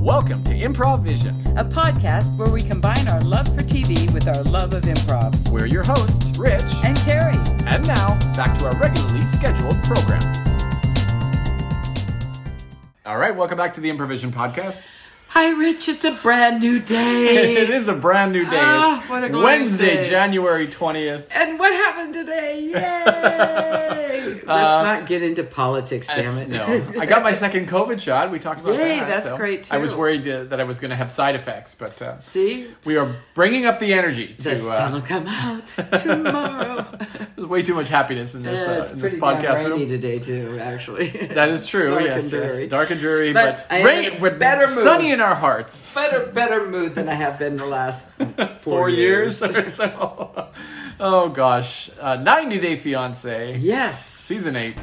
Welcome to Improv Vision. a podcast where we combine our love for TV with our love of improv. We're your hosts, Rich, And Carrie, and now back to our regularly scheduled program. All right, welcome back to the Improvision Podcast. hi Rich, it's a brand new It day. is a brand new day. Ah, It's what a glorious Wednesday, day. January 20th. and what happened today? Yay! Let's not get into politics, damn it. Uh, No, I got my second COVID shot. We talked about Yay, that. that's great, I was too. worried uh, that I was going to have side effects, but uh, See, we are bringing up the energy the to sun uh, will come out. tomorrow. there's way too much happiness in this, Yeah, uh, it's in this pretty podcast. damn We rainy don't- today too, actually. That is true. Dark yes, and yes. dreary. dark and dreary, But but, I am rain, in a but better mood. sunny in our hearts. better, better mood than I have been the last four, Four years or so. oh gosh, uh, ninety day fiance, Yes, season eight.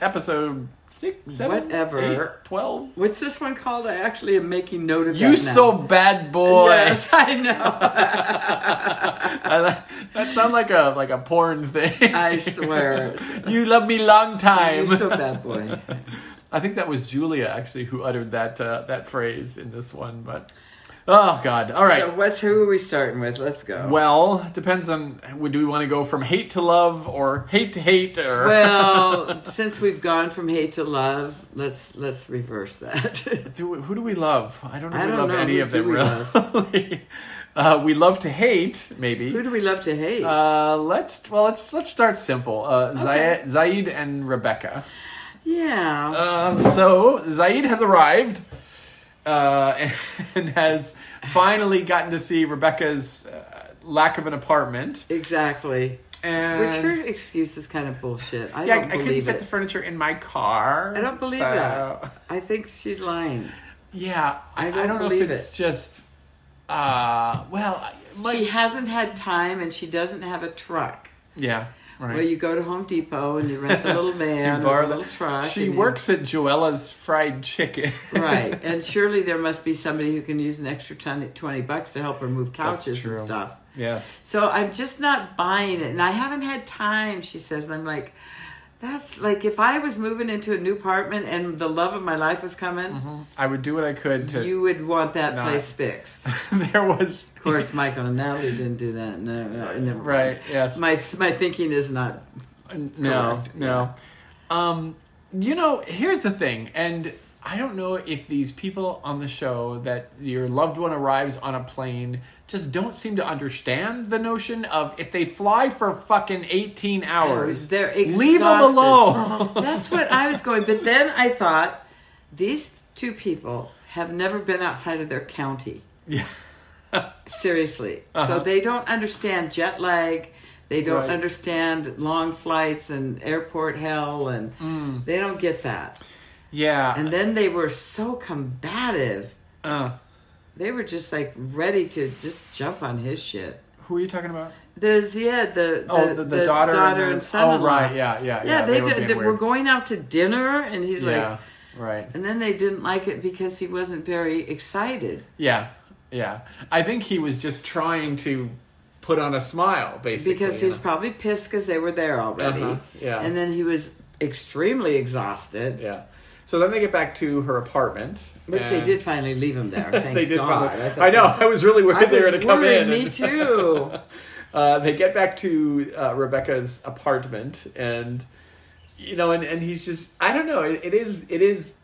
Episode six, seven, Whatever. eight, twelve. What's this one called? I actually am making note of You that now. so bad boy. Yes, I know. I li- that sounds like a like a porn thing. I swear. you love me long time. You're so bad boy. I think that was Julia actually who uttered that uh, that phrase in this one. But oh god, all right. So what's who are we starting with? Let's go. well, depends on would- do we want to go from hate to love or hate to hate or Well, since we've gone from hate to love, let's let's reverse that. do, we- who do we love? I don't know. I if we don't love know. any Who of do them we really. uh, we love to hate maybe. Who do we love to hate? uh, let's well let's let's start simple. Uh, Zaid, Zaid and Rebecca. yeah. Um, so Zaid has arrived uh, and has finally gotten to see Rebecca's uh, lack of an apartment. Exactly. And Which her excuse is kind of bullshit. I uh, yeah, I, don't I couldn't believe fit it. the furniture in my car. I don't believe so- that. I think she's lying. Yeah, I, I I don't, don't know if believe it's just. Uh, well, I- like she hasn't had time and she doesn't have a truck. yeah, right. Well, you go to Home Depot and you rent the little van, borrow or the the- little truck. She and you- works at Joella's Fried Chicken. right, and surely there must be somebody who can use an extra ton, twenty bucks to help her move couches and true. stuff. yes. So I'm just not buying it. And I haven't had time, she says. And I'm like, that's like if I was moving into a new apartment and the love of my life was coming, I would do what I could to. you would want that Not. place fixed. Of there was course, Michael and Natalie didn't do that. No, no, never mind. right. Yes. My my thinking is not. No, Correct, no. Um, you know, here's the thing, and I don't know if these people on the show that your loved one arrives on a plane just don't seem to understand the notion of if they fly for fucking 18 hours, They're leave them exhausted. alone. That's what I was going. But then I thought, these two people have never been outside of their county. yeah. Seriously. So they don't understand jet lag. They don't Uh-huh. Right. understand long flights and airport hell, and Mm. they don't get that. Yeah. And then they were so combative. uh, They were just like ready to just jump on his shit. who are you talking about? The yeah, the, the Oh, the, the, daughter, daughter and, and son. Oh, son-in-law. right. Yeah, yeah, yeah. Yeah, they, were did. being They weird. were going out to dinner, and he's Yeah. like, Right. and then they didn't like it because he wasn't very excited. Yeah, yeah. I think he was just trying to put on a smile, basically. because you he's probably pissed because they were there already. Uh-huh, yeah. And then he was extremely know? exhausted, yeah. So then they get back to her apartment, which they and did finally leave him there. Thank They did. God. finally- thought I, know. that- I was really worried I they were was going to come worried, in. Me too. Uh, they get back to uh, Rebecca's apartment, and you know, and, and he's just I don't know. It, it is it is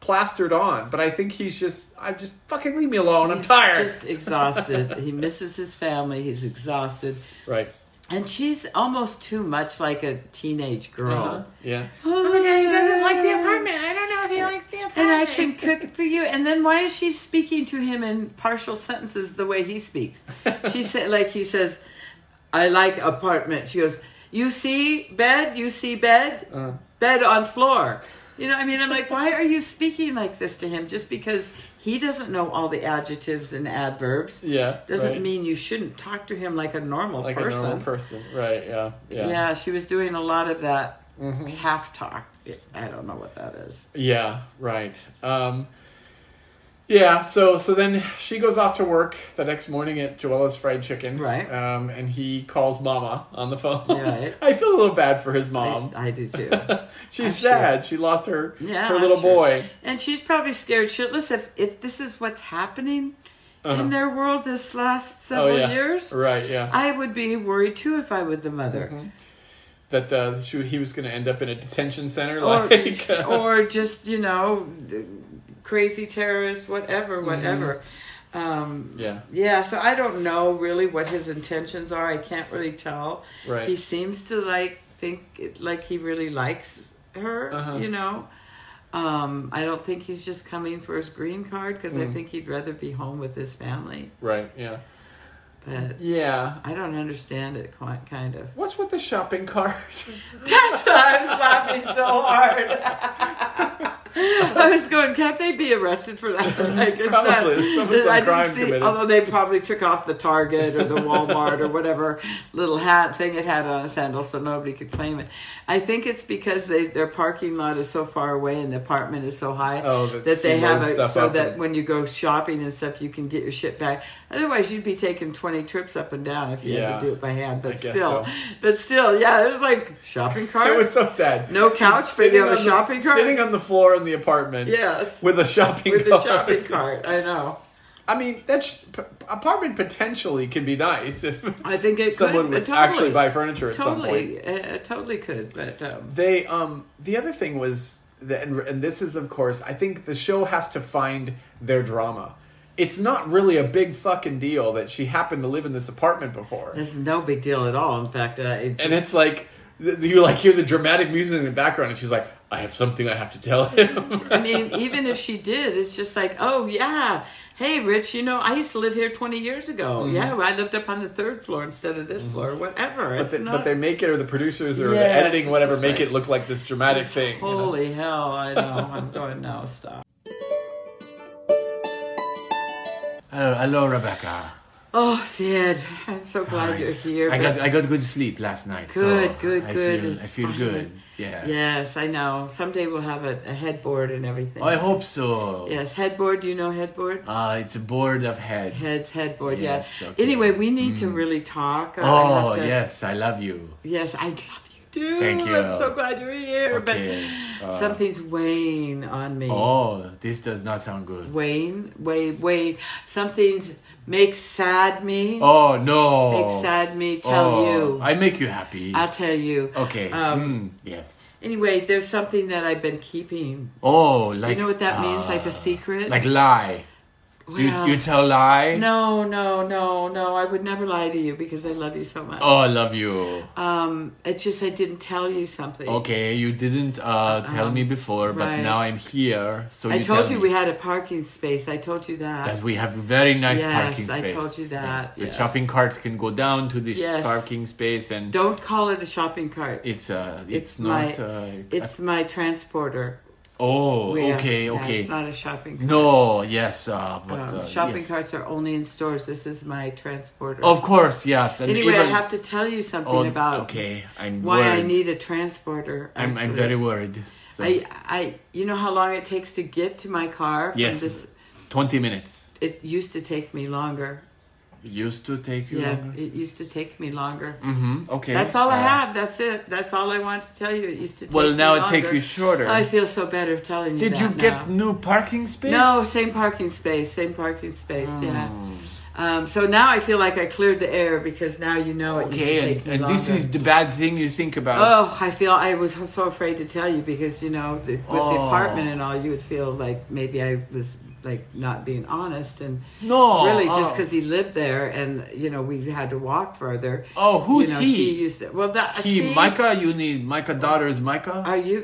plastered on, but I think he's just I'm just fucking leave me alone. I'm He's tired. Just exhausted. he misses his family. He's exhausted, Right. and she's almost too much like a teenage girl. Uh-huh. Yeah. Oh my God, he doesn't like the apartment. I don't know if he likes the apartment. And I can cook for you. And then why is she speaking to him in partial sentences the way he speaks? She said, like he says, I like apartment. She goes, You see bed, you see bed, bed on floor. You know, I mean, I'm like, why are you speaking like this to him? Just because he doesn't know all the adjectives and adverbs Yeah. doesn't right. mean you shouldn't talk to him like a normal like person. a normal person. Right. Yeah. yeah. she was doing a lot of that half talk. I don't know what that is. Yeah, right. Um, Yeah, so so then she goes off to work the next morning at Joella's Fried Chicken. Right. Um, and he calls Mama on the phone. Right. I feel a little bad for his mom. I, I do too. She's I'm sure. sad. She lost her Yeah, her I'm little sure. boy. And she's probably scared shitless if if this is what's happening Uh-huh. in their world this last Oh several yeah. years. Right. Yeah. I would be worried too if I were the mother, that uh, she, he was going to end up in a detention Mm-hmm. center, or like uh, or just you know, crazy terrorist, whatever, whatever. Um, yeah. Yeah, so I don't know really what his intentions are. I can't really tell. Right. He seems to like think it, like he really likes her, Uh-huh. you know. Um, I don't think he's just coming for his green card because Mm. I think he'd rather be home with his family. Right. Yeah. But Yeah. I don't understand it quite, kind of. What's with the shopping cart? That's why I was laughing so hard. I was going, can't they be arrested for that? Like, it's Probably. There's probably some I didn't crime see, committed. although they probably took off the Target or the Walmart or whatever little hat thing it had on its handle, so nobody could claim it. I think it's because they, their parking lot is so far away and the apartment is so high Oh, that that they she have loads it stuff so up that and- when you go shopping and stuff, you can get your shit back. Otherwise, you'd be taking twenty trips up and down if you Yeah. had to do it by hand. But I guess still, so. but still, yeah, it was like shopping cart. It was so sad. No He's couch, but sitting you have a on the- shopping cart? Sitting on the floor in the apartment. Yes. With a shopping With the cart. shopping cart. I know. I mean, that's p- apartment potentially can be nice if I think it someone could, would but totally, actually buy furniture at some point. Totally, uh, uh, totally could, but um, They um the other thing was that and, and this is of course I think the show has to find their drama. It's not really a big fucking deal that she happened to live in this apartment before, it's no big deal at all. In fact, uh, it just, and it's like th- you like hear the dramatic music in the background, and she's like, "I have something I have to tell him." I mean, even if she did, it's just like, oh yeah, hey Rich, you know, I used to live here twenty years ago. Mm-hmm. Yeah, well, I lived up on the third floor instead of this floor, whatever. but, it's they, not, but they make it, or the producers, or Yes, the editing, it's whatever, just make like- it look like this dramatic it's- thing. you know? Holy hell! I know. I'm going now. Stop. Hello, hello, Rebecca. Oh, Sid, I'm so glad you're here. I but- got I got good sleep last night. so Good, good, I good. Feel, It's I feel fine. good. Yeah. Yes, I know. Someday we'll have a, a headboard and everything. Oh, I hope so. Yes, headboard. Do you know headboard? Uh, it's a board of head. Heads, headboard. Yes. Yes, okay. Mm. Anyway, we need to really talk. I Oh have to- yes, I love you. Yes, I love you too. Thank you. I'm so glad you're here. Okay, But uh, something's weighing on me. Oh, this does not sound good. Weighing, weigh, weigh. Something's makes sad me. Oh no. Makes sad me. Tell Oh, you. I Oh. make you happy. I'll tell you. okay. Um, mm, yes. Anyway, there's something that I've been keeping. Oh, like you know what that means? Like a uh, secret? Like lie. Well, you you tell lie. No, no, no, no. I would never lie to you because I love you so much. Oh, I love you. Um, it's just I didn't tell you something. Okay, you didn't uh, tell me before, Uh-uh. right. but now I'm here, so you I told tell you me. we had a parking space. I told you that. That we have very nice Yes, parking space. I told you that, The yes. shopping carts can go down to this Yes. parking space, and Don't call it a shopping cart. it's uh, it's, It's my- not. uh, it's my transporter. oh, We have- okay, yeah, okay. It's not a shopping cart. no, yes, uh, but Um, uh, shopping yes. carts are only in stores. This is my transporter. Of course, yes. And anyway, I even- have to tell you something oh, about okay. I'm why worried. I need a transporter. I'm, I'm actually. very worried. So I, I, you know how long it takes to get to my car? From Yes. This, twenty minutes it used to take me longer. used to take you. Yeah, longer. it used to take me longer. Mhm, Okay. That's all I Uh, have. That's it. That's all I want to tell you. It used to. Take Well, now me it take longer. you shorter. I feel so better telling you. Did you that get now. new parking space? Hmm. No, same parking space. Same parking space. Yeah. Um, so now I feel like I cleared the air because now you know it used to Oh, Okay, take and, me and longer. this is the bad thing you think about. Oh, I feel I was so afraid to tell you because you know the, with the Oh. apartment and all, you would feel like maybe I was like not being honest and No, really just oh. because he lived there and you know we had to walk further. Oh, who's you know, he? used to, well, that He, see, Micah, you need Micah daughter's Micah. Are you?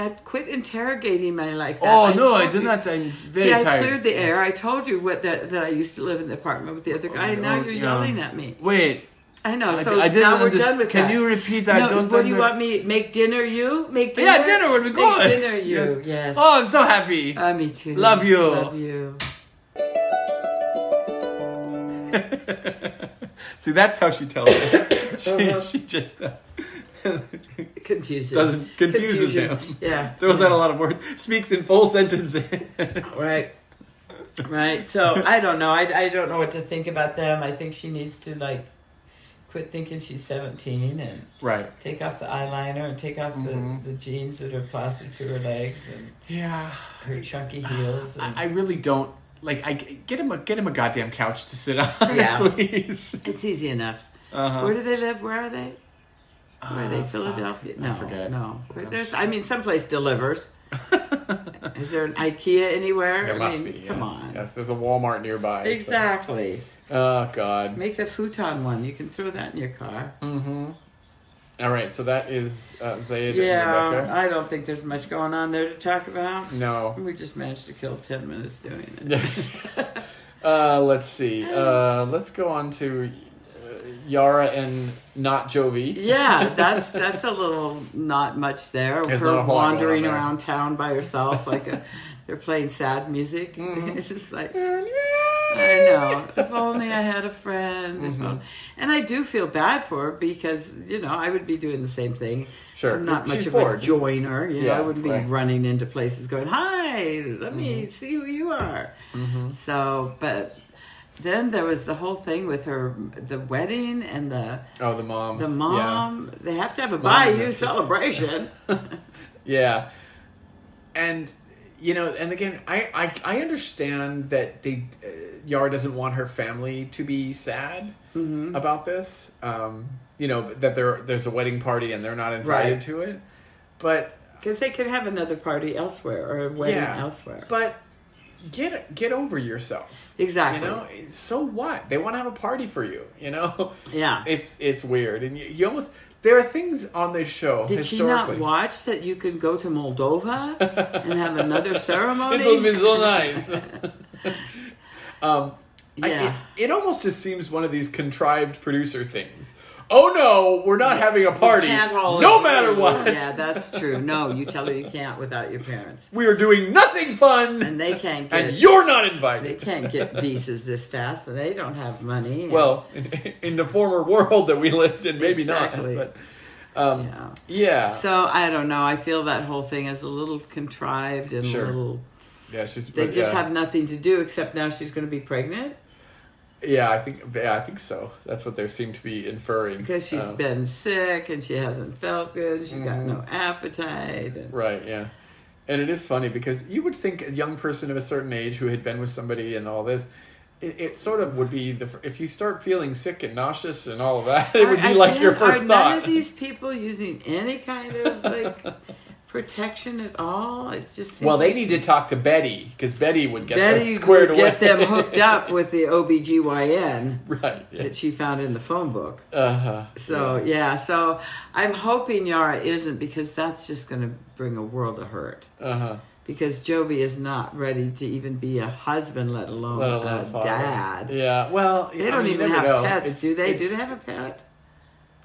Now quit interrogating me like that. oh no, told I do you. not. I'm very See, I tired. cleared the air. I told you what that that I used to live in the apartment with the other guy, and now Oh, you're yeah. yelling at me. Wait, I know. I- So I didn't now we're underst- done with can that. you repeat? I No, don't What do you under- want me make dinner? You make dinner. Yeah, dinner would be good. Make dinner. You yes. oh, I'm so happy. Uh, me too. Love you. Love you. See, that's how she tells it. she, Uh-huh. she just uh, Confusing. doesn't confuses Confusion. him. Yeah. Throws out a lot of words. Speaks in full sentences. Right. right? So I don't know. I, I don't know what to think about them. I think she needs to like quit thinking she's 17 and Right. take off the eyeliner and take off Mm-hmm. the, the jeans that are plastered to her legs and Yeah. her chunky heels. And I, I really don't like. I get him a get him a goddamn couch to sit on, Yeah. please. it's easy enough. Uh-huh. Where do they live? Where are they? Where are Uh, they? fuck. Philadelphia? I No, forget. no. I'm There's, I mean, someplace delivers. Is there an IKEA anywhere? There I must mean, be. Come yes. on. Yes, there's a Walmart nearby. so- Exactly. Oh God. Mm-hmm. Make the futon one. You can throw that in your car. All right, so that is uh, Zayd Yeah, and Rebecca. I don't think there's much going on there to talk about. No. We just managed to kill 10 minutes doing it. uh, let's see. Uh, let's go on to uh, Yara and not Jovi. Yeah, that's that's a little not much there. There's Her not a whole lot going wandering on there. around town by herself, like a, they're playing sad music. Mm-hmm. it's just like I know. If only I had a friend. If Mm-hmm. on- and I do feel bad for her because you know I would be doing the same thing. Sure. I'm not She's much of bored. a joiner. You know, Yeah, I wouldn't right. Mm-hmm. be running into places going, "Hi, let me see who you are." So, but then there was the whole thing with her, the wedding and the. Oh, the mom. The mom, they have to have a Mom and Bayou the sister. celebration. Yeah. And you know, and again, I I, I understand that they uh, Yara doesn't want her family to be sad Mm-hmm. about this. Um, you know that there there's a wedding party and they're not invited Right. to it. But Because they could have another party elsewhere or a wedding yeah, elsewhere. But get get over yourself. You exactly. know, so what? They want to have a party for you. You know, yeah. it's it's weird, and you, you almost there are things on this show. Did she not historically. watch that you can go to Moldova and have another ceremony? It would be so nice. um, I- Yeah. it, it almost just seems one of these contrived producer things. Oh no, we're not having a party. Can't all No agree. matter what. Yeah, that's true. No, you tell her you can't without your parents. We are doing nothing fun, and, And they can't get you're not they invited. can't get visas this fast and they don't have money. Well, in, in the former world that we lived in, maybe Exactly. not. But um, yeah. yeah, So I don't know. I feel that whole thing is a little contrived and Sure. a little yeah, she's. They but uh, just yeah. have nothing to do except now she's going to be pregnant Yeah, I think. Yeah, I think so. That's what they seem to be inferring. because she's Um, been sick and she hasn't felt good. She's got no Mm-hmm. appetite. and- Right, yeah. And it is funny because you would think a young person of a certain age who had been with somebody and all this, it, it sort of would be the fir- if you start feeling sick and nauseous and all of that, it would Are- be are like your none- first are thought. None of these people using any kind of like protection at all. It just seems well, they like need to talk to Betty because Betty would get Betty that squared would away. get them hooked up with the OBGYN right. Yeah. that she found in the phone book. Uh-huh. So yeah, so I'm hoping Yara isn't because that's just going to bring a world of hurt. Uh-huh. because Jovi is not ready to even be a husband, let alone, Let alone Oh, a father. dad. Yeah. Well, They don't even have pets, do they? Do they have a pet?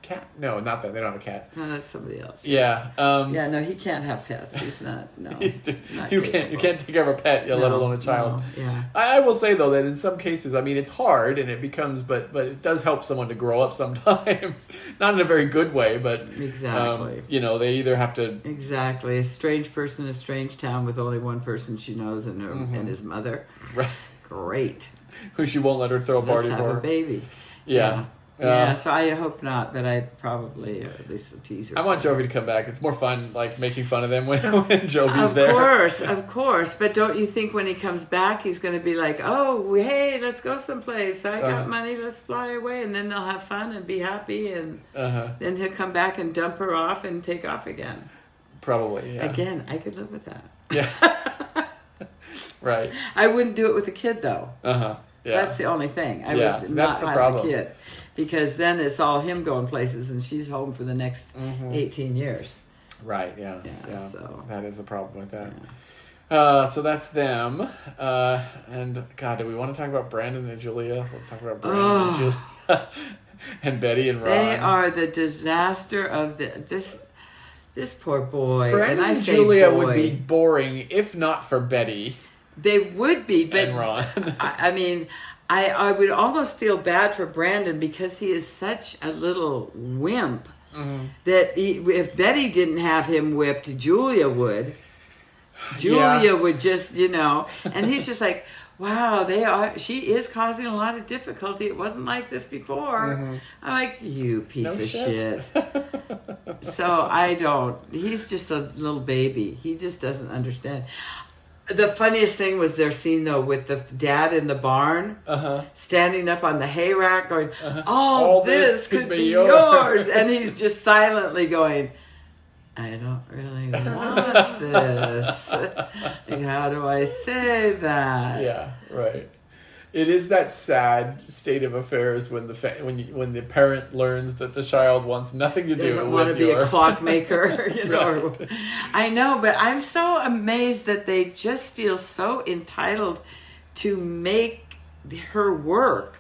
cat? No, not that. They don't have a cat. No, that's somebody else. Yeah, Yeah. Um, no, he can't have pets. He's not. No, not you can't you capable. can't take care of a pet, yeah, let No, alone a child. no, yeah. I, I will say though that in some cases, I mean, it's hard and it becomes, but but it does help someone to grow up sometimes, not in a very good way, but um, Exactly. you know, they either have to. Exactly, a strange person in a strange town with only one person she knows and her, Mm-hmm. and his mother. Great, Who she won't let her throw a let's party have for. a baby. Yeah. yeah. Uh, Yeah, so I hope not, but I probably or at least a teaser. I want Jovi to come back. It's more fun, like making fun of them when, when Jovi's of there. course, of course. But don't you think when he comes back, he's going to be like, "Oh, hey, let's go someplace. I got Uh-huh. money. Let's fly away." And then they'll have fun and be happy, and Uh-huh. then he'll come back and dump her off and take off again. Probably. Yeah. Again, I could live with that. Yeah. right. I wouldn't do it with a kid, though. Uh huh. Yeah. That's the only thing. I Yeah, that's would not the have problem. a kid because then it's all him going places, and she's home for the next Mm-hmm. eighteen years. Right. Yeah. Yeah, so- that is a problem with that. Uh, so that's them. Uh, and God, do we want to talk about Brandon and Julia? Let's talk about Brandon and Julia and Betty and Ron. They are the disaster of the this. This poor boy. Brandon and I and say Julia boy. would be boring if not for Betty They would be, but and Ron. I, I mean, I, I would almost feel bad for Brandon because he is such a little wimp Mm-hmm. that he, if Betty didn't have him whipped, Julia would. Julia would just, you know, and he's just like, wow, they are. She is causing a lot of difficulty. It wasn't like this before. Mm-hmm. I'm like, you piece of shit. so I don't. He's just a little baby. He just doesn't understand. The funniest thing was their scene though with the f- dad in the barn uh huh. standing up on the hay rack going, Uh-huh. all, All this, could be yours. and he's just silently going, I don't really want this. Like, how do I say that? Yeah, right. It is that sad state of affairs when the fa- when you, when the parent learns that the child wants nothing to do Doesn't with want to be your a clockmaker, you know. Right. I know, but I'm so amazed that they just feel so entitled to make her work.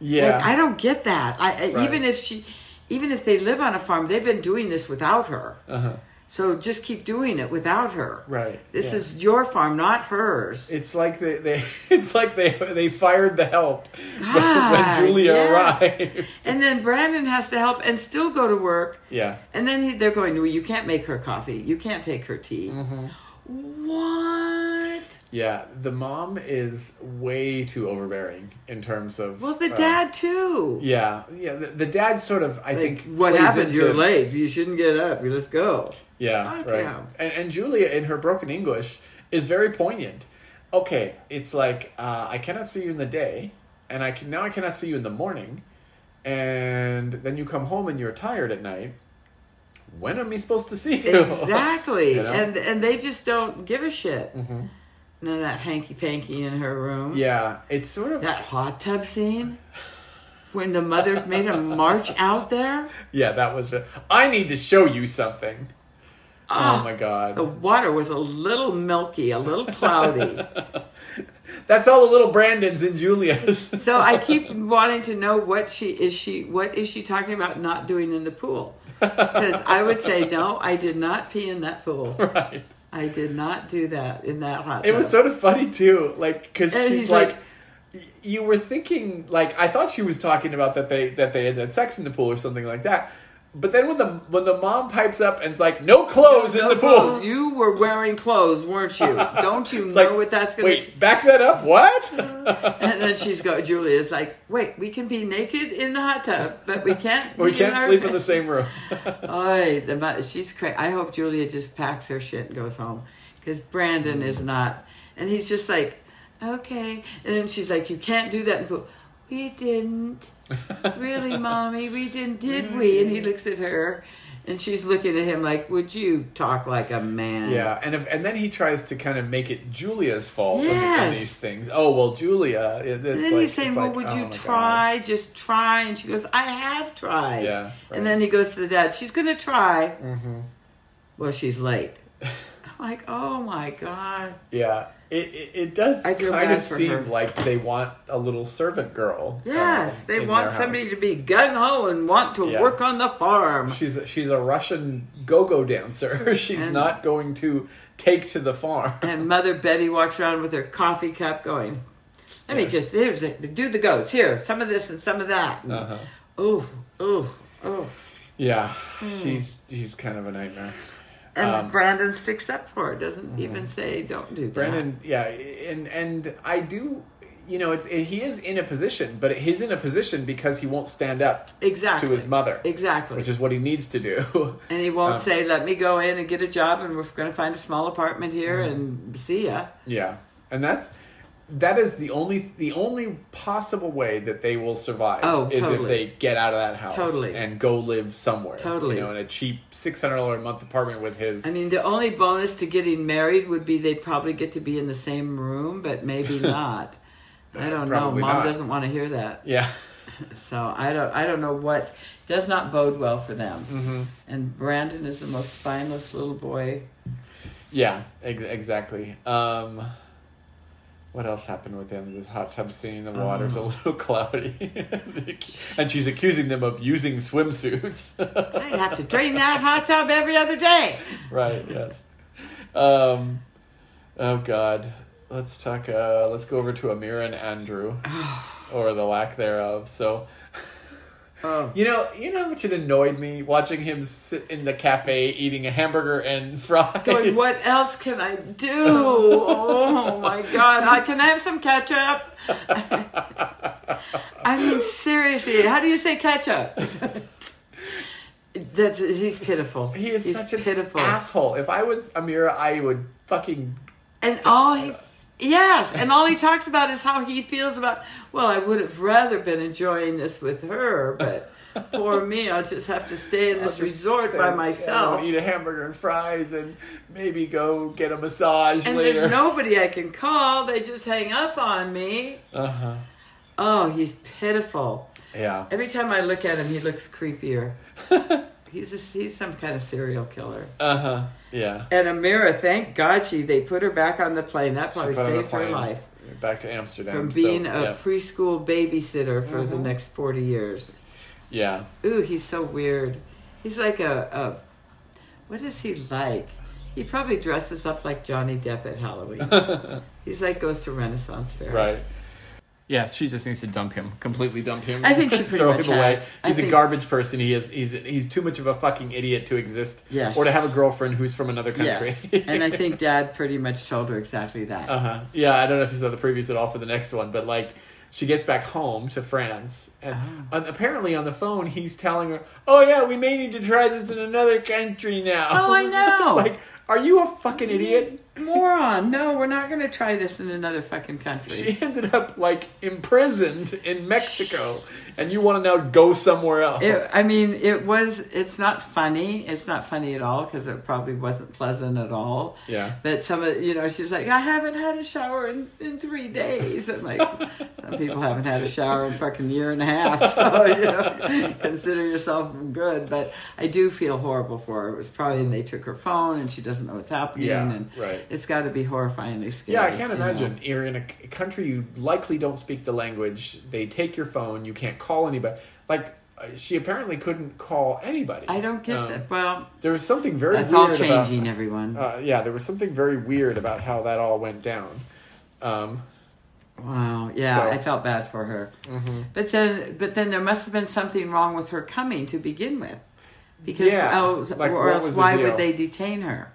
yeah. Like I don't get that. I I- Right. even if she, even if they live on a farm, they've been doing this without her. uh-huh. So just keep doing it without her. Right. This yeah. is your farm, not hers. It's like they, they it's like they they fired the help when- God, when Julia yes. arrived. and then Brandon has to help and still go to work. Yeah. And then he, they're going, well, you can't make her coffee. You can't take her tea. Mm-hmm. What? Yeah, the mom is way too overbearing in terms of Well, the uh, dad too. Yeah, yeah. The, the dad sort of, I Like, think. what plays happened? into- You're late. You shouldn't get up. You let's go. Yeah, Fuck right. him. And, and Julia, in her broken English, is very poignant. Okay, it's like uh, I cannot see you in the day, and I can now I cannot see you in the morning, and then you come home and you're tired at night. When am I supposed to see you? Exactly. You know? Mm-hmm. And and they just don't give a shit. None of that hanky panky in her room. yeah, it's sort of That hot tub scene when the mother made him march out there. yeah. That was. I need to show you something. oh my god. The water was a little milky, a little cloudy. That's all the little Brandons and Julias. so I keep wanting to know what she is she what is she talking about not doing in the pool? Because I would say no, I did not pee in that pool. right. I did not do that in that hot. It was tub. sort of funny too, like because And she's he's like, like- "Y- you were thinking like I thought she was talking about that they that they had had sex in the pool or something like that, but then when the when the mom pipes up and's like no clothes in No the clothes. pool, You were wearing clothes, weren't you? Don't you it's know like what that's gonna wait back that up what? And then she's go Julia's like, wait, we can be naked in the hot tub, but we can't. we be can't our sleep in bed." the same room. Oy, the mo- she's crazy. I hope Julia just packs her shit and goes home because Brandon is not, and he's just like, okay. And then she's like, you can't do that. And go, we didn't really, mommy. We didn't, did we? And he looks at her, and she's looking at him like, would you talk like a man? Yeah, and if and then he tries to kind of make it Julia's fault in- in, Yes. these things. Oh well, Julia. it- It's And then like, he's saying, it's "Well, like, would oh you my God. try? Just try." And she goes, "I have tried." Yeah, right. Mm-hmm. And then he goes to the dad. She's going to try. Well, she's late. I'm like, "Oh my god!" Yeah, it it, it does I feel kind bad of for seem her. like they want a little servant girl. Yes, um, they in want their somebody house. to be gung ho and want to Yeah. work on the farm. She's a, she's a Russian go-go dancer. She's And- not going to take to the farm. And Mother Betty walks around with her coffee cup, going, "Let me just here's it. do the goats here, some of this and some of that." And, Uh-huh. Ooh, ooh, ooh. Yeah, Hmm. she's she's kind of a nightmare. And Um, mm-hmm. Brandon sticks up for her. Doesn't even say, "Don't do that." Brandon, yeah, and and I do, you know, it's he is in a position, but he's in a position because he won't stand up exactly to his mother, Exactly. which is what he needs to do. and he won't um, say, "Let me go in and get a job, and we're going to find a small apartment here Mm-hmm. and see ya." Yeah, and that's that is the only the only possible way that they will survive Oh, is if totally. they get out of that house Totally. and go live somewhere. Totally. you know, in a cheap six hundred dollar a month apartment with his. I mean, the only bonus to getting married would be they'd probably get to be in the same room, but maybe not. I don't know. Probably Mom not. doesn't want to hear that, yeah, so I don't. I don't know what does not bode well for them. Mm-hmm. And Brandon is the most spineless little boy. yeah, ex- exactly. Um, what else happened with him? This hot tub scene. The water's Um, a little cloudy, and she's accusing them of using swimsuits. I have to drain that hot tub every other day. right. Yes. Um, oh God. Let's talk. Uh, let's go over to Amir and Andrew, or the lack thereof. So, Oh. You know, you know how much it annoyed me watching him sit in the cafe eating a hamburger and fries. Going, what else can I do? Oh my God! I can I have some ketchup. I mean, seriously, how do you say ketchup? That's he's pitiful. He is he's such an pitiful. asshole. If I was Amira, I would fucking. And all he, yes, and all he talks about is how he feels about. Well, I would have rather been enjoying this with her, but poor me, I'll just have to stay in this just resort say, by "Yeah, I myself. wanna eat a hamburger and fries, and maybe go get a massage and later. there's nobody I can call. They just hang up on me. uh huh. Oh, he's pitiful. Yeah. Every time I look at him, he looks creepier. he's just, he's some kind of serial killer. Uh huh. Yeah. And Amira, thank God she they put her back on the plane. That probably Put on a saved her plane life. Back to Amsterdam. from so, being a yeah. Mm-hmm. preschool babysitter for the next 40 years. yeah. Ooh, he's so weird. He's like a, a what is he like? He probably dresses up like Johnny Depp at Halloween. he's like goes to Renaissance fairs. Right. Yeah, she just needs to dump him. Completely dump him. I think she pretty Throw much him away. has. I He's a think- garbage person. He is. He's. He's too much of a fucking idiot to exist. Yes. Or to have a girlfriend who's from another country. Yes. and I think dad pretty much told her exactly that. Uh huh. Yeah, I don't know if you saw the previews at all for the next one, but like she gets back home to France, and Ah. and apparently on the phone he's telling her, "Oh yeah, we may need to try this in another country now." Oh, I know. like, are you a fucking idiot? Moron. No, we're not going to try this in another fucking country. She ended up like imprisoned in Mexico, and you want to now go somewhere else? It, I mean, it was. It's not funny. It's not funny at all because it probably wasn't pleasant at all. Yeah. But some of you know, she's like, I haven't had a shower in, in three days, and like some people haven't had a shower in fucking year and a half. So you know, consider yourself good. But I do feel horrible for her. It was probably and they took her phone and she doesn't know what's happening. Yeah, and right. It's got to be horrifyingly scary. yeah, I can't you know. imagine. You're in a c- country you likely don't speak the language. They take your phone. You can't call anybody. Like uh, she apparently couldn't call anybody. I don't get Um, that. Well, There was something very that's all weird changing, about, everyone. uh, yeah, there was something very weird about how that all went down. Um, Wow. Yeah, So- Mm-hmm. I felt bad for her. But then, but then there must have been something wrong with her coming to begin with, because Yeah, else, like, or what else was the why deal? Mm-hmm. would they detain her?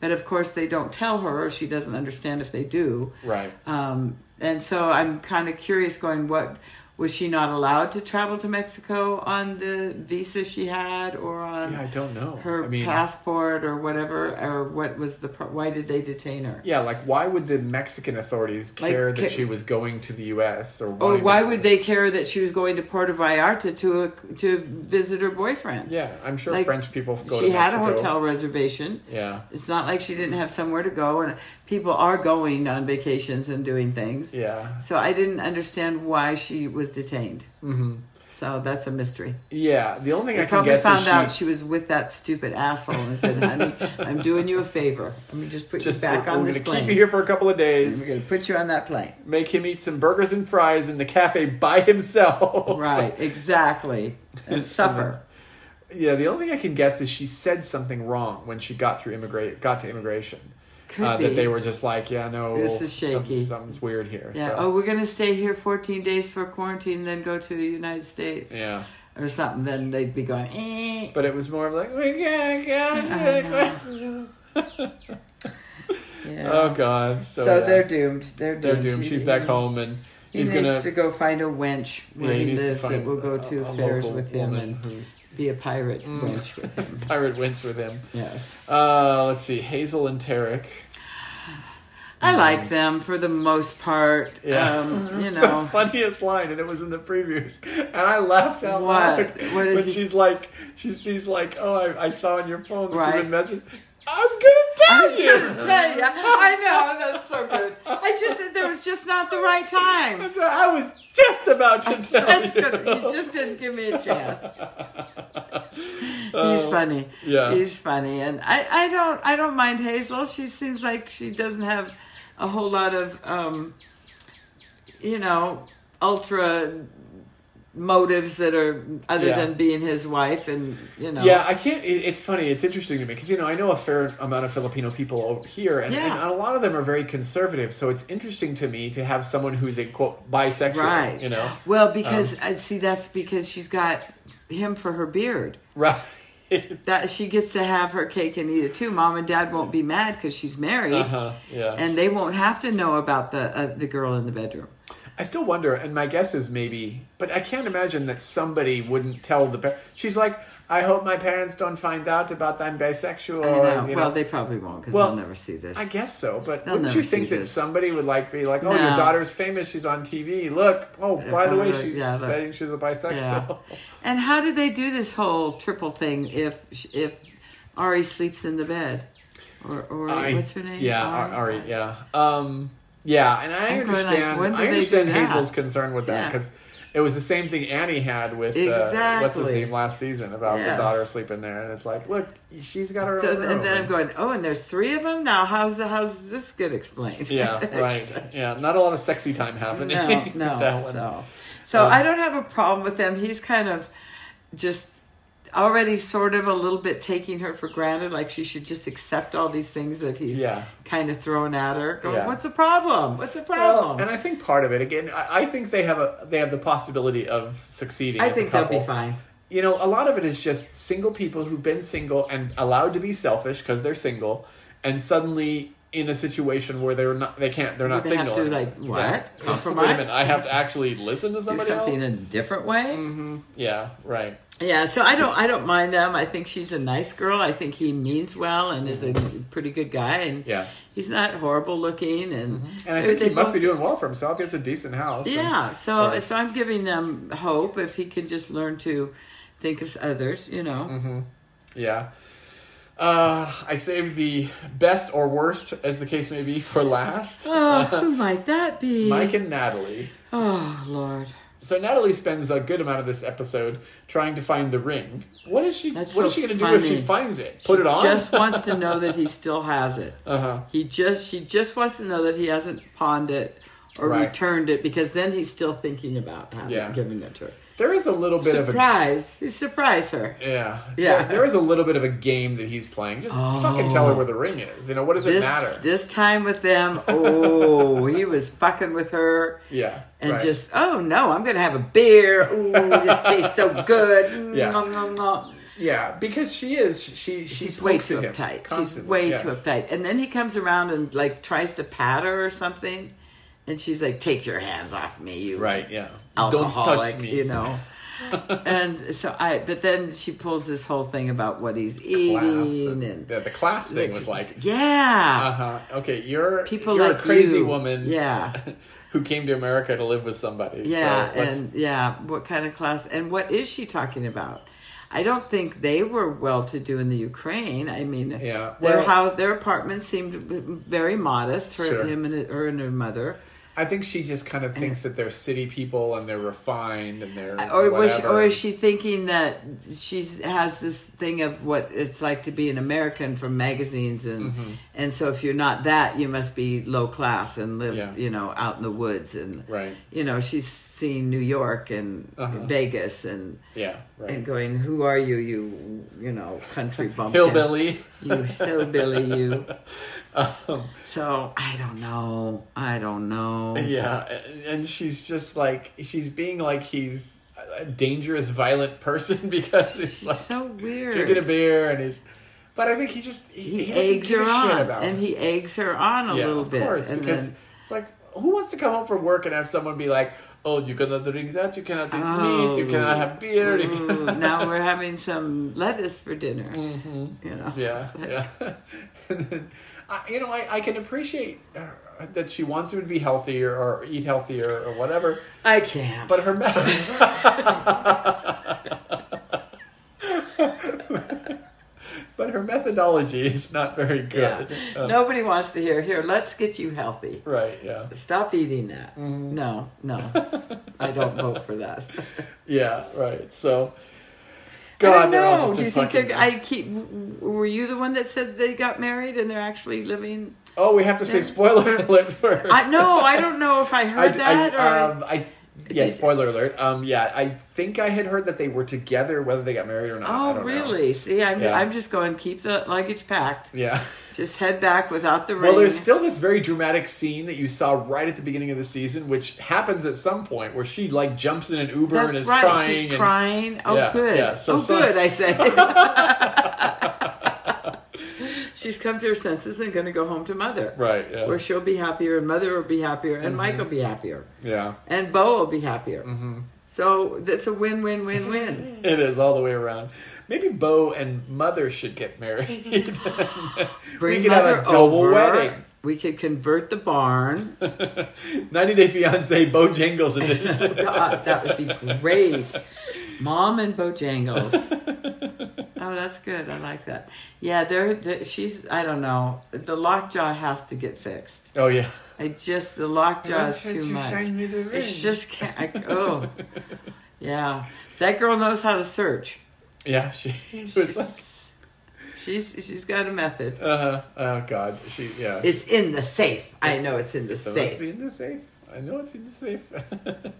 But of course, they don't tell her. or She doesn't understand if they do. right. Um, and so I'm kind of curious. Going, what was she not allowed to travel to Mexico on the visa she had, or on Yeah, I don't know. her I mean, passport, or whatever, or what was the? pro- Why did they detain her? yeah, like why would the Mexican authorities Like, care ca- that she was going to the U.S. or Or wanting why to- would they care that she was going to Puerto Vallarta to uh, to visit her boyfriend? Yeah, I'm sure Like, French people go. she to had a Mexico. hotel reservation. Yeah, It's not like she didn't have somewhere to go, and people are going on vacations and doing things. yeah, So I didn't understand why she was detained. Mm-hmm. So that's a mystery. yeah. The only thing I I can probably guess found is out she, she was with that stupid asshole and said, "Honey, I'm doing you a favor. I'm gonna just put just you back we're, on we're this gonna plane. keep you here for a couple of days. We're gonna put you on that plane." Make him eat some burgers and fries in the cafe by himself. Right? Exactly. And suffer. Yeah, the only thing I can guess is she said something wrong when she got through immigrate got to immigration. Could uh, be. That they were just like, yeah, no, This is something- shaky. Something's weird here. Yeah. so- Oh, we're gonna stay here 14 days for quarantine, then go to the United States yeah. or something. Then they'd be going. Eh. But it was more of like, we gotta go. to the- Yeah. oh God. So, so yeah. they're doomed. They're doomed. they're doomed. She's back home, and He he's needs gonna. to go find a wench where yeah, he he needs to lives find that will go a- to a affairs local with him woman Mm. and who's be a pirate wench with him. pirate wins with him. Yes. Uh, let's see, Hazel and Tarek. I like them for the most part. Mm. Yeah. Um, you the know. funniest line, and it was in the previews, and I laughed out What? loud What did when he- she's like, she, she's like, "Oh, I, I saw on your phone that Right. you had message. I was gonna tell you. Tell ya. I know that's so good. I just there was just not the right time. That's what I was just about to tell Just you. gonna, you just didn't give me a chance. Uh, he's funny. Oh, yeah. he's funny, and I, I don't I don't mind Hazel. She seems like she doesn't have a whole lot of um, you know ultra motives that are other Yeah. than being his wife and you know Yeah, I can't. It, it's funny. It's interesting to me because you know I know a fair amount of Filipino people over here, and, Yeah. and a lot of them are very conservative. So it's interesting to me to have someone who's a quote bisexual. right You know. Um, well because I see that's because she's got him for her beard Right. that she gets to have her cake and eat it too mom and dad won't be mad because she's married Uh-huh, yeah. and they won't have to know about the uh, the girl in the bedroom I still wonder, and my guess is maybe, but I can't imagine that somebody wouldn't tell the. Pa- She's like, I hope my parents don't find out about that I'm bisexual. I know. and, you well know. they probably won't because Well, they'll never see this I guess so, but They'll wouldn't you never see think that this. somebody would like be like, "Oh, No. your daughter's famous. She's on TV. Look. Oh, by the way, probably, she's yeah, look. saying she's a bisexual." Yeah. And how do they do this whole triple thing if if Ari sleeps in the bed? Or, or I- what's her name? Yeah, Ari. Ari yeah, um, yeah, and I I'm going like, understand. when do I they do understand that? Hazel's concern with that Yeah. because it was the same thing Annie had with uh, what's his Exactly. name last season about Yes. the daughter sleeping there, and it's like, look, she's got her So, own. room. and then I'm going, oh, and there's three of them now. How's how's this get explained? Yeah, right. Yeah, not a lot of sexy time happening. no, with no. that one. So, so Um, I don't have a problem with him. He's kind of just already sort of a little bit taking her for granted, like she should just accept all these things that he's Yeah. kind of thrown at her. Going, Yeah. what's the problem? What's the Well, problem? and I think part of it again, I, I think they have a they have the possibility of succeeding. I as a think they'll be couple. fine. you know, a lot of it is just single people who've been single and allowed to be selfish because they're single, and suddenly in a situation where they're not, they can't, they're not they single. have to, anymore. like, what? Yeah. Compromise? Wait a minute, I have to actually listen to Do somebody something else. Mm-hmm. in a different way. Yeah, right. Yeah, so I don't I don't mind them. I think she's a nice girl. I think he means well and is a pretty good guy and Mm-hmm. Yeah. Mm-hmm. he's not horrible looking and And I they- think he they must both- be doing well for himself. He has a decent house. and- Yeah, so Right. so I'm giving them hope if he can just learn to think of others, you know. Mm-hmm. yeah. Uh, I saved the best or worst, as the case may be, for last. Oh, who might that be? Mike and Natalie. oh Lord. So Natalie spends a good amount of this episode trying to find the ring. What is she? That's what so is she going to do if she funny. finds it? Put it on. Just wants to know that he still has it. Uh huh. He just she just wants to know that he hasn't pawned it or Right. returned it because then he's still thinking about having, Yeah. giving it to her. There is a little bit Surprise! He surprised her. of a yeah Yeah. There- there is a little bit of a game that he's playing. Just fucking tell her where the ring is. You know what does it Oh. This matter? this time with them, oh, he was fucking with her yeah. and right. just oh no, I'm gonna have a beer. Ooh, this tastes so good. Mm, Yeah. nom, nom, nom. yeah because she is she she She's pokes way at too him uptight. She's constantly, way yes. too uptight. And then he comes around and like tries to pat her or something, and she's like, "Take your hands off me, you Right. Yeah. alcoholic, Don't touch me. you know. and so I, but then she pulls this whole thing about what he's eating Class and- and yeah, the class thing was like yeah, Uh huh. Okay, you're People you're like a crazy you. woman. Yeah. who came to America to live with somebody. So yeah, let's- and yeah, what kind of class and what is she talking about? I don't think they were well to do in the Ukraine. I mean, Yeah, their well- house, their apartment seemed very modest. Her, Sure. him, and her and her mother, I think she just kind of thinks that they're city people and they're refined and they're or was, she, whatever. or is she thinking that she has this thing of what it's like to be an American from magazines, and Mm-hmm. and so if you're not that, you must be low class and live, Yeah. you know, out in the woods, and Right. Uh-huh. you know, she's seen New York and Vegas and. yeah right and going, "Who are you, you you know country bumpkin, hillbilly you hillbilly, you." Um, so I don't know. I don't know. yeah and- and she's just like she's being like he's a- a dangerous violent person because it's She's like so weird. drinking a beer and he's but I think he just he, he, he doesn't eggs give her a shit on, about and it. he eggs her on a yeah little of bit, course and because then, it's like who wants to come home from work and have someone be like oh you cannot drink that you cannot drink meat you Oh. cannot have beer you ooh, cannot- Mm-hmm. now we're having some lettuce for dinner. You know, Mm. Yeah, yeah. and then, I, you know, I, I can appreciate her, that she wants him to be healthier or eat healthier or whatever, I can't. but her method. but her methodology is not very yeah. good. Uh, nobody wants to hear. Here, let's get you healthy. Right, yeah. Stop eating that. Mm-hmm. No, no, I don't vote for that. Yeah, right. So, I God, don't they're all know. just Do a you think fucking- they're, I keep? w- Were you the one that said they got married and they're actually living? Oh, we have to say spoiler alert first. I no, I don't know if I heard I, that or I, um, I Yeah, Did- spoiler alert. Um, yeah, I think I had heard that they were together, whether they got married or not. I Oh, don't know. really? See, I'm, Yeah. I'm just going keep the luggage packed. Yeah. Just head back without the ring. Well, there's still this very dramatic scene that you saw right at the beginning of the season, which happens at some point where she like jumps in an Uber and That's is right. crying. She's and- crying. Oh, Yeah, good. yeah. So oh, some- good. I say. She's come to her senses and going to go home to mother, Right. Yeah. where she'll be happier, and mother will be happier, Mm-hmm. and Mike will be happier, yeah. and Bo will be happier. Mm-hmm. So that's a win-win-win-win. It is all the way around. Maybe Bo and Mother should get married. Bring we could have mother a double over. wedding. We could convert the barn. Oh, 90 Day Fiance Bojangles edition. God, that would be great. Mom and Bojangles. Oh, that's good. I like that. Yeah, there. there- She's. I don't know. The lockjaw has to get fixed. oh yeah. I just the lockjaw is too much. me the ring. It's just can't. I, oh, yeah. That girl knows how to search. Yeah, she was like, She's she's, she's got a method. uh-huh. Oh god. She yeah. It's in the safe. I know it's in the It must safe. be in the safe. I know it's in the safe.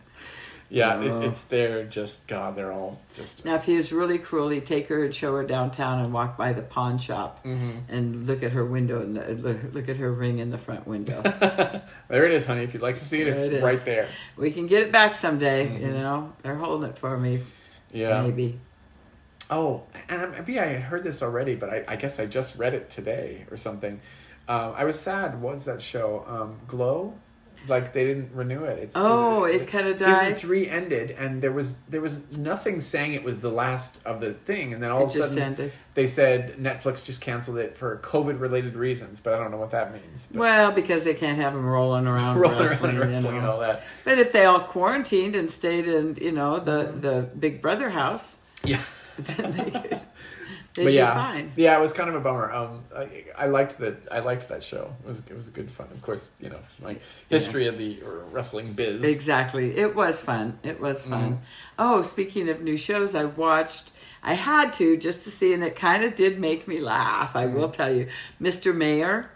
yeah, Uh-huh. it, it's there. Just God, they're all just. Now, if he was really cruel, he'd take her and show her downtown and walk by the pawn shop mm-hmm. and look at her window and the, look, look at her ring in the front window. There it is, honey. If you'd like to see it, There it's it is. right there. we can get it back someday. You know, they're holding it for me. Mm-hmm. Yeah. Maybe. Oh, and I- maybe I had heard this already, but I, I guess I just read it today or something. Um, I was sad. What was that show? Um, Glow. Like they didn't renew it. It's uh, Oh, it kinda Season died. three ended, and there was there was nothing saying it was the last of the thing, and then all It of a just sudden ended. they said Netflix just canceled it for COVID related reasons, but I don't know what that means. But Well, because they can't have them rolling around, rolling around wrestling, and you wrestling and know. all that. But if they all quarantined and stayed in, you know, the Mm-hmm. the Big Brother house, Yeah. then they could, they'd But yeah, be fine. yeah, it was kind of a bummer. Um, I, I liked that. I liked that show. It was it was good fun. Of course, you know, it's my history of the uh, wrestling biz. Exactly. It was fun. It was Mm-hmm. fun. Oh, speaking of new shows, I watched. I had to just to see, and it kind of did make me laugh. I will tell you, Mr. Mayor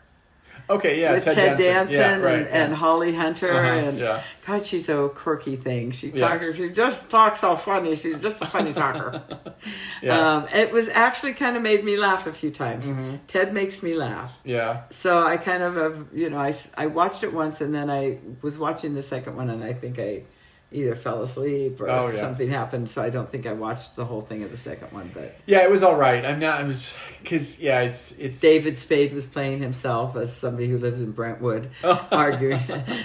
Okay, Mm-hmm. yeah, with Ted, Danson Yeah, right, and, yeah. and Holly Hunter, Uh-huh, and yeah. God, she's a quirky thing. She Yeah. talks. She just talks so funny. She's just a funny talker. yeah, Mm-hmm. Um, it was actually kind of made me laugh a few times. Ted makes me laugh. yeah, So I kind of have, you know, I, s- I watched it once and then I was watching the second one and I think I either fell asleep or Oh, yeah. something happened. So I don't think I watched the whole thing of the second one. But yeah. It was all right. I'm not. I was because yeah, it's it's David Spade was playing himself as somebody who lives in Brentwood, Oh. arguing.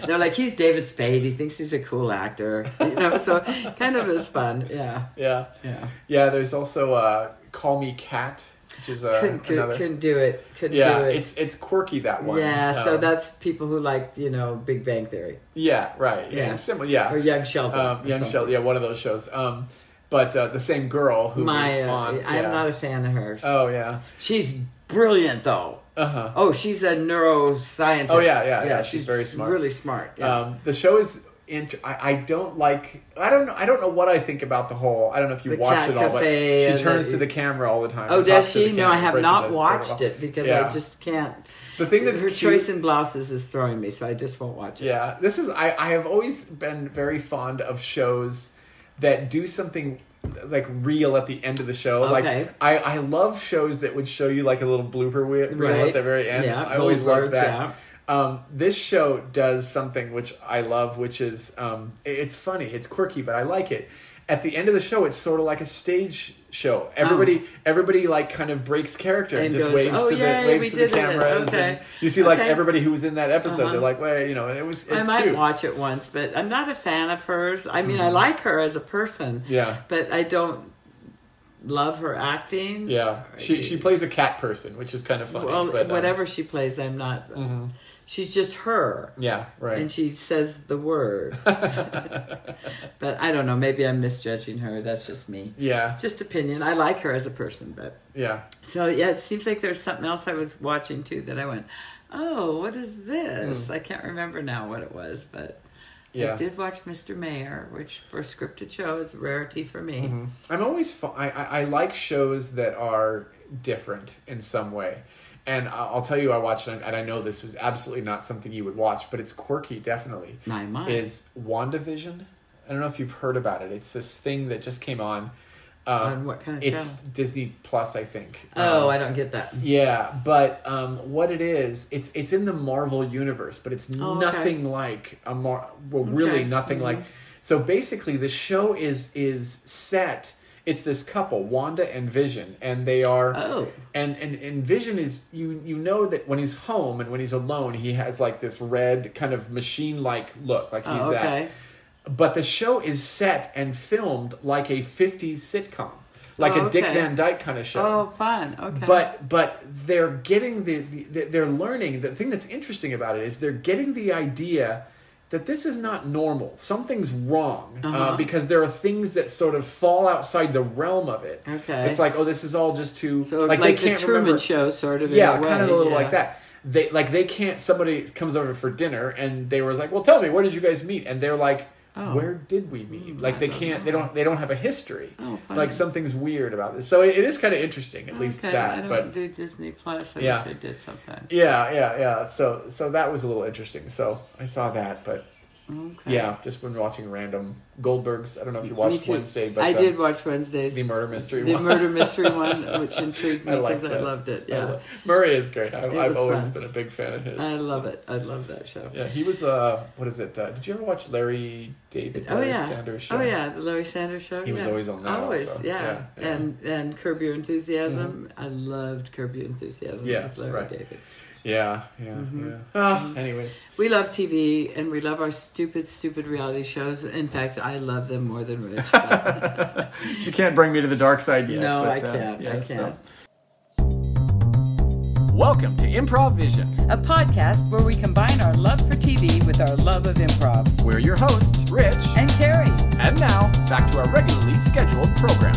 They're like, he's David Spade. He thinks he's a cool actor. You know, so kind of is fun. Yeah. Yeah, Yeah. yeah. There's also uh, Call Me Cat, which is uh, Couldn't, couldn't, another. couldn't do it. Couldn't yeah, do it. it's it's quirky that one. Yeah, so Um, that's people who like you know Big Bang Theory yeah, right. Yeah, Yeah. it's similar. Yeah, or Young Sheldon. um, or Young something. Sheldon. Yeah, one of those shows. Um, but uh, the same girl who was Maya, on. I'm yeah. not a fan of hers. Oh yeah. she's brilliant though. Uh huh. Oh, she's a neuroscientist. Oh, yeah, yeah, yeah, she's very smart. Really smart. Yeah. Um, the show is. Int- I, I don't like. I don't know. I don't know what I think about the whole. I don't know if you The watched cat it all, but cafe she and turns the- e to the camera all the time. oh, and does talks to the she? No, I camera, have breaking not the- watched it because Yeah. I just can't. The thing that's Her cute- choice in blouses is throwing me, so I just won't watch it. Yeah, this is. I I have always been very fond of shows that do something like real at the end of the show. Okay. Like I I love shows that would show you like a little blooper wheel, reel at Right. the very end. Yeah, I always Goldberg, love that. yeah. Um, this show does something which I love, which is um, it- it's funny, it's quirky, but I like it. At the end of the show, it's sort of like a stage show. Everybody, everybody like kind of breaks character and, Oh. And just goes, waves "Oh, to yay, the waves we to the did it." cameras. And Okay. you see like Okay. everybody who was in that episode. Uh-huh. They're like, "Well, you know, it was." It's I might cute. Mm-hmm. watch it once, but I'm not a fan of hers. I mean, I like her as a person. Yeah. But I don't love her acting. Yeah, she she plays a cat person, which is kind of funny. well, but, um, Mm-hmm. whatever she plays, I'm not. She's just her, Yeah, right. and she says the words. but I don't know. Maybe I'm misjudging her. That's just me. yeah, Just opinion. I like her as a person, but yeah. so yeah. It seems like there's something else I was watching too that I went, oh, what is this? Hmm. I can't remember now what it was, but. Yeah. I did watch Mr. Mayor, which for a scripted show is a rarity for me. Mm-hmm. I'm always fi- I, I I like shows that are different in some way, and I- I'll tell you, I watched it, and I know this was absolutely not something you would watch, but it's quirky, definitely. My, my. is Wandavision. I don't know if you've heard about it. It's this thing that just came on. Um, On what kind of It's channel? Disney Plus, I think. Oh, Um, I don't get that. Yeah, but um, what it is, it's it's in the Marvel universe, but it's Oh, okay. nothing like a Mar. Well, really Okay. Mm-hmm. nothing like. So basically, the show is is set. It's this couple, Wanda and Vision, and they are. Oh. And and and Vision is you you know that when he's home and when he's alone, he has like this red kind of machine like look, like he's Oh, okay. that but the show is set and filmed like a 50s sitcom like Oh, a dick okay. van dyke kind of show Oh, fun. Okay. but but they're getting the, the they're learning the thing that's interesting about it is they're getting the idea that this is not normal something's wrong uh Uh-huh. because there are things that sort of fall outside the realm of it Okay. it's like oh this is all just too so like, like, they the can't Truman remember Show, sort of. in yeah, a way, kind of a little yeah. like that. They like they can't. Somebody comes over for dinner, and they was like, "Well, tell me, where did you guys meet?" And they're like, Oh. "Where did we meet?" Like they don't can't. They don't. They don't have a history. Oh, funny. like something's weird about this. So it, it is kind of interesting, at least okay, I that. don't But do Disney Plus. I Yeah. wish I did sometimes. yeah, yeah, yeah. So so that was a little interesting. So I saw that, but Okay. yeah, just when watching random Goldbergs. I don't know if you watched too. Wednesday, but I um, did watch Wednesdays. the murder mystery. the one. murder mystery one, which intrigued me I liked because I that. loved it. I Yeah, I, lo- Murray is great. I, It I've was always fun. been a big fan of his. love it. I love that show. Yeah, he was. Uh, what is it? Uh, did you ever watch Larry David? Oh Larry yeah, Sanders show? oh yeah, the Larry Sanders show. He was yeah. always on that Always, also. Yeah. Yeah, yeah. and and Curb Your Enthusiasm. I loved Curb Your Enthusiasm. Yeah, with Larry right. David. yeah, yeah. Mm-hmm. yeah. Ah, anyways, We love TV and we love our stupid, stupid reality shows. In fact, I love them more than Rich. She can't bring me to the dark side yet. no, but, I uh, can't. yeah, I so- can't. welcome to Improv Vision. A podcast where we combine our love for TV with our love of improv. We're your hosts, Rich, And Carrie, and now back to our regularly scheduled program.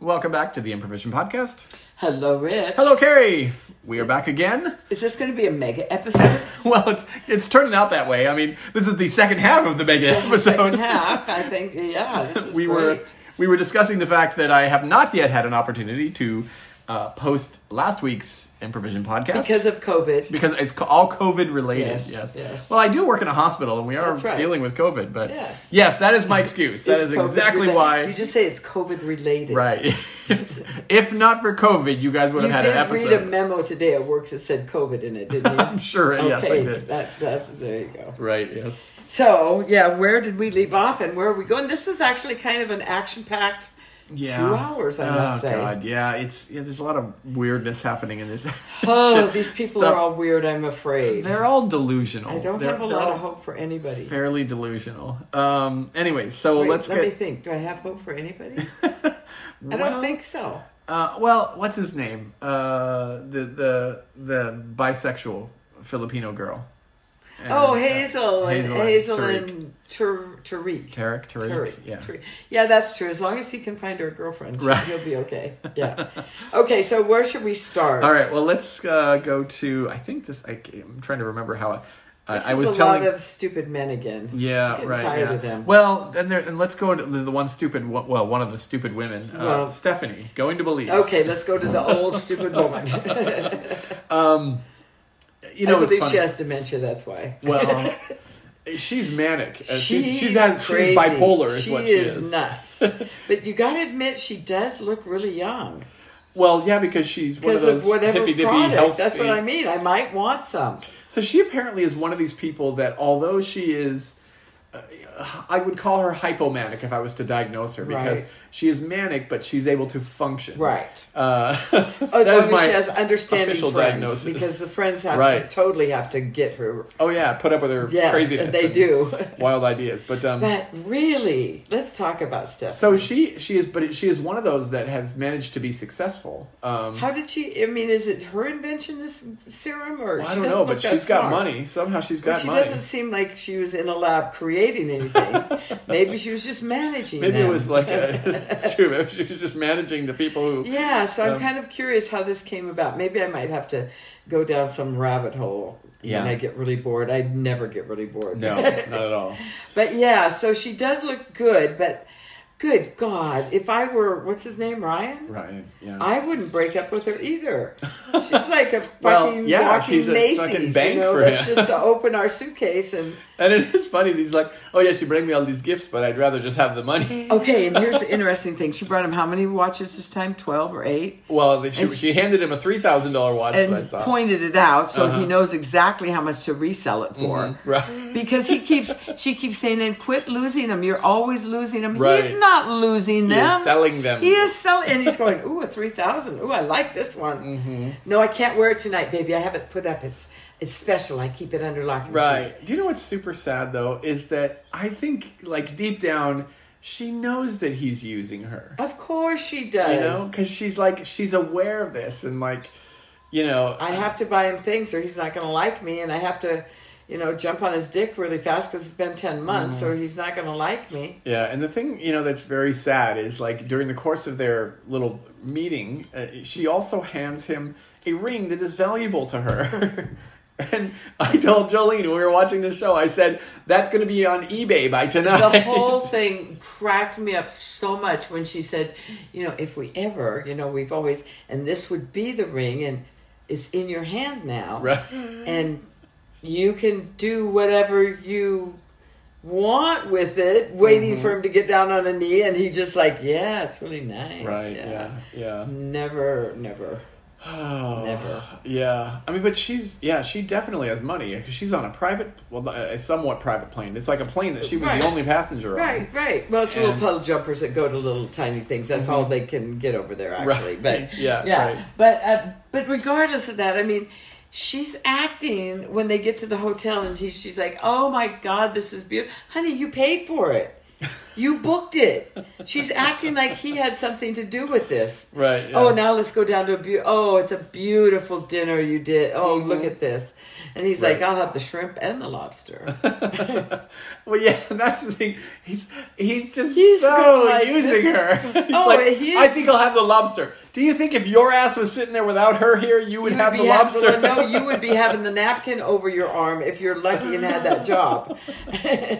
Welcome back to the Improvision Podcast. Hello, Rich. Hello, Carrie. We are back again. Is this going to be a mega episode? Well, it's it's turning out that way. I mean, this is the second half of the mega episode. Second half, I think. Yeah, this is we great. were we were discussing the fact that I have not yet had an opportunity to uh, post last week's Improvision podcast because of COVID. because it's co- all COVID related. Yes, Yes, yes. Well, I do work in a hospital, and we are That's right. dealing with COVID. But Yes. that is my excuse. That It's is COVID exactly related. why. You just say it's COVID related. right. if, if not for COVID, you guys would You have did had an episode. read a memo today at work that said COVID in it, didn't you? I'm sure. Yes, I did. That, that's, there you go. Right. Yes. So, yeah, where did we leave off and where are we going? This was actually kind of an action packed two hours, I oh, must say. God, yeah, it's yeah. There's a lot of weirdness happening in this. Oh, shit. these people Stuff. are all weird, I'm afraid. They're all delusional. I don't They're- have a they're lot of all hope for anybody. Fairly delusional. Um. Anyway, so Wait, let's let me get. think. Do I have hope for anybody? I Well- don't think so. Uh, well, what's his name? Uh, the the the bisexual Filipino girl. And, oh, uh, Hazel, and and Hazel Tariq. and Tar- Tariq. Tarek, Tariq, Tariq, yeah. Tariq. Yeah, that's true. As long as he can find her girlfriend, she- Right. he'll be okay. Yeah. okay, so where should we start? All right, well, let's uh, go to. I think this. I, am trying to remember how. I, I- This I was a telling. lot of stupid men again. I'm yeah, getting right. Tired yeah. of them. Well, and there, and let's go to the, the one stupid. wo- Well, one of the stupid women, uh, Well- Stephanie, going to Belize. okay, let's go to the old stupid woman. Um, you know I it's believe funny. she has dementia. That's why. well, she's manic. Uh, She's she's, She's has, she's crazy. bipolar, is she what she is. nuts. but you got to admit, she does look really young Well, yeah, because she's one of because of those whatever hippy dippy product. health. That's what I mean. I might want some. So she apparently is one of these people that, although she is, uh, I would call her hypomanic if I was to diagnose her because Right. she is manic, but she's able to function. Right. Uh, Oh, as that long is as my she has understanding official friends, diagnosis. because the friends have Right. totally have to get her. oh yeah, put up with her Yes, craziness. they and do. wild ideas, but um. But really, let's talk about Stephanie. so she she is, but she is one of those that has managed to be successful. Um, How did she? I mean, is it her invention this serum, or I she don't doesn't know, look but that she's got smart. money. Somehow she's got she money. doesn't seem like she was in a lab creating anything. Maybe she was just managing. Maybe it them. was like a, it's true. Maybe she was just managing the people who. Yeah, so I'm Um, kind of curious how this came about. Maybe I might have to go down some rabbit hole Yeah. when I get really bored. I never get really bored. No, not at all. But yeah, so she does look good, but good God, if I were, what's his name, Ryan? Right. Yeah. I wouldn't break up with her either. She's like a fucking Well, yeah, walking she's a Macy's. fucking you bank know, for that's him. just to open our suitcase and And it is funny. He's like, "Oh yes, you bring me all these gifts, but I'd rather just have the money." Okay, and here's the interesting thing. She brought him how many watches this time? Twelve or eight? Well, they- she, And she handed him a three thousand dollar watch. that I And saw. pointed it out so Uh-huh. Mm-hmm. he knows exactly how much to resell it for. right? Because he keeps, she keeps saying, "And quit losing them. You're always losing them. He's Right. not losing He them. is selling them. He is selling, and he's going, "Ooh, a three thousand. Ooh, I like this one. Mm-hmm. No, I can't wear it tonight, baby. I have it put up. It's it's special. I keep it under lock. and key." Right. Do you know what's super sad though is that I think like deep down she knows that he's using her. Of course she You does. know, because she's like she's aware of this and like, you know, I have to buy him things, or he's not going to like me, and I have to, you know, jump on his dick really fast because it's been ten months, Mm-hmm. or he's not going to like me. Yeah, and the thing you know that's very sad is like during the course of their little meeting, uh, she also hands him a ring that is valuable to her. and I told Jolene when we were watching the show, I said that's going to be on eBay by tonight. the whole thing cracked me up so much when she said, you know, if we ever, you know, we've always, and this would be the ring, and it's in your hand now, Right. and you can do whatever you want with it. Waiting Mm-hmm. for him to get down on a knee, and he just like, yeah, it's really nice, right? Yeah, yeah. Never, never. Oh, Never. Yeah, I mean, but she's yeah, she definitely has money because she's on a private, well, a somewhat private plane. It's like a plane that she was Right. the only passenger on. Right, right. Well, it's little And- Mm-hmm. puddle jumpers that go to little tiny things. That's all they can get over there, actually. Right. But Yeah, right. But uh, but regardless of that, I mean, she's acting when they get to the hotel, and she, she's like, "Oh my God, this is beautiful, honey. You paid for it." You booked it. She's acting like he had something to do with this. Right, yeah. Oh, now let's go down to a beautiful. Oh, it's a beautiful dinner you did. Oh, look at this. And he's like, Mm-hmm. Right. I'll have the shrimp and the lobster. Well, yeah, and that's the thing. He's he's just He's so going like, this using is- her. He's Oh, like, he I is- think I'll have the lobster. Do you think if your ass was sitting there without her here, you would You have would the be having- lobster? no, you would be having the napkin over your arm if you're lucky and had that job.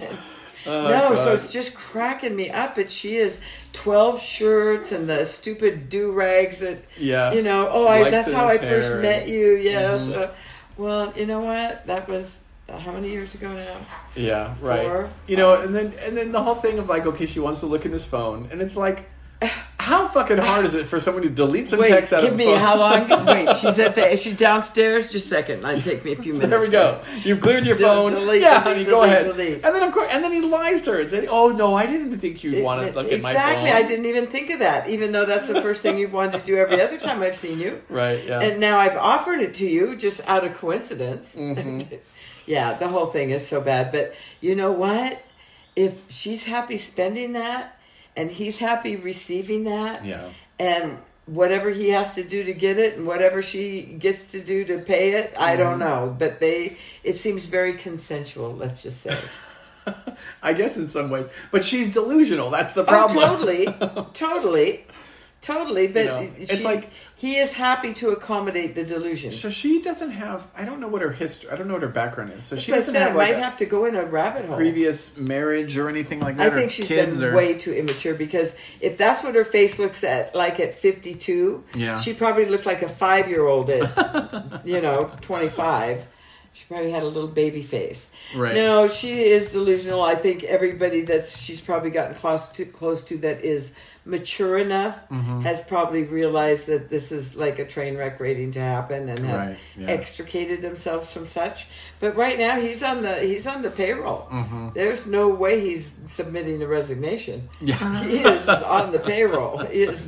Oh, no, God. so it's just cracking me up. But she is twelve shirts and the stupid do rags that Yeah. you know. Oh, She I, likes that's it how in I his first hair Mm-hmm. met and- you. Yes. Uh, well, you know what? That was uh, how many years ago now? yeah, right. Four. You know, and then and then the whole thing of like, okay, she wants to look in his phone, and it's like, how fucking hard is it for someone to delete some Wait, text out give of me the phone? how long? Wait, she's at the she's downstairs. Just a second. It'll take me a few minutes. There we go. You've cleared your De- phone. delete, yeah, delete, honey, go delete, ahead. delete. And then of course, and then he lies to her and said, "Oh no, I didn't think you'd want to look exactly. at my phone." I didn't even think of that, even though that's the first thing you've wanted to do every other time I've seen you. Right. Yeah. And now I've offered it to you just out of coincidence. Mm-hmm. yeah, the whole thing is so bad. But you know what? If she's happy spending that and he's happy receiving that, Yeah. and whatever he has to do to get it and whatever she gets to do to pay it, I Mm-hmm. don't know. But they, it seems very consensual, let's just say. I guess in some ways, but she's delusional. That's the Oh, problem. totally, totally, totally. But You know, it's it's like like- he is happy to accommodate the delusion. So she doesn't have. I don't know what her history. I don't know what her background is. So she So I doesn't said I have like might a have to go in a rabbit hole. previous marriage or anything like I that. think she's she's been way too immature because if that's what her face looks at like at fifty two, Yeah. she probably looked like a five year old at you know twenty five. She probably had a little baby face. Right. No, she is delusional. I think everybody that's she's probably gotten close to close to that is mature enough Mm-hmm. has probably realized that this is like a train wreck waiting to happen and have Right, yeah. extricated themselves from such. But right now he's on the he's on the payroll. There's no way he's submitting a resignation. Yeah. He is on the payroll. He is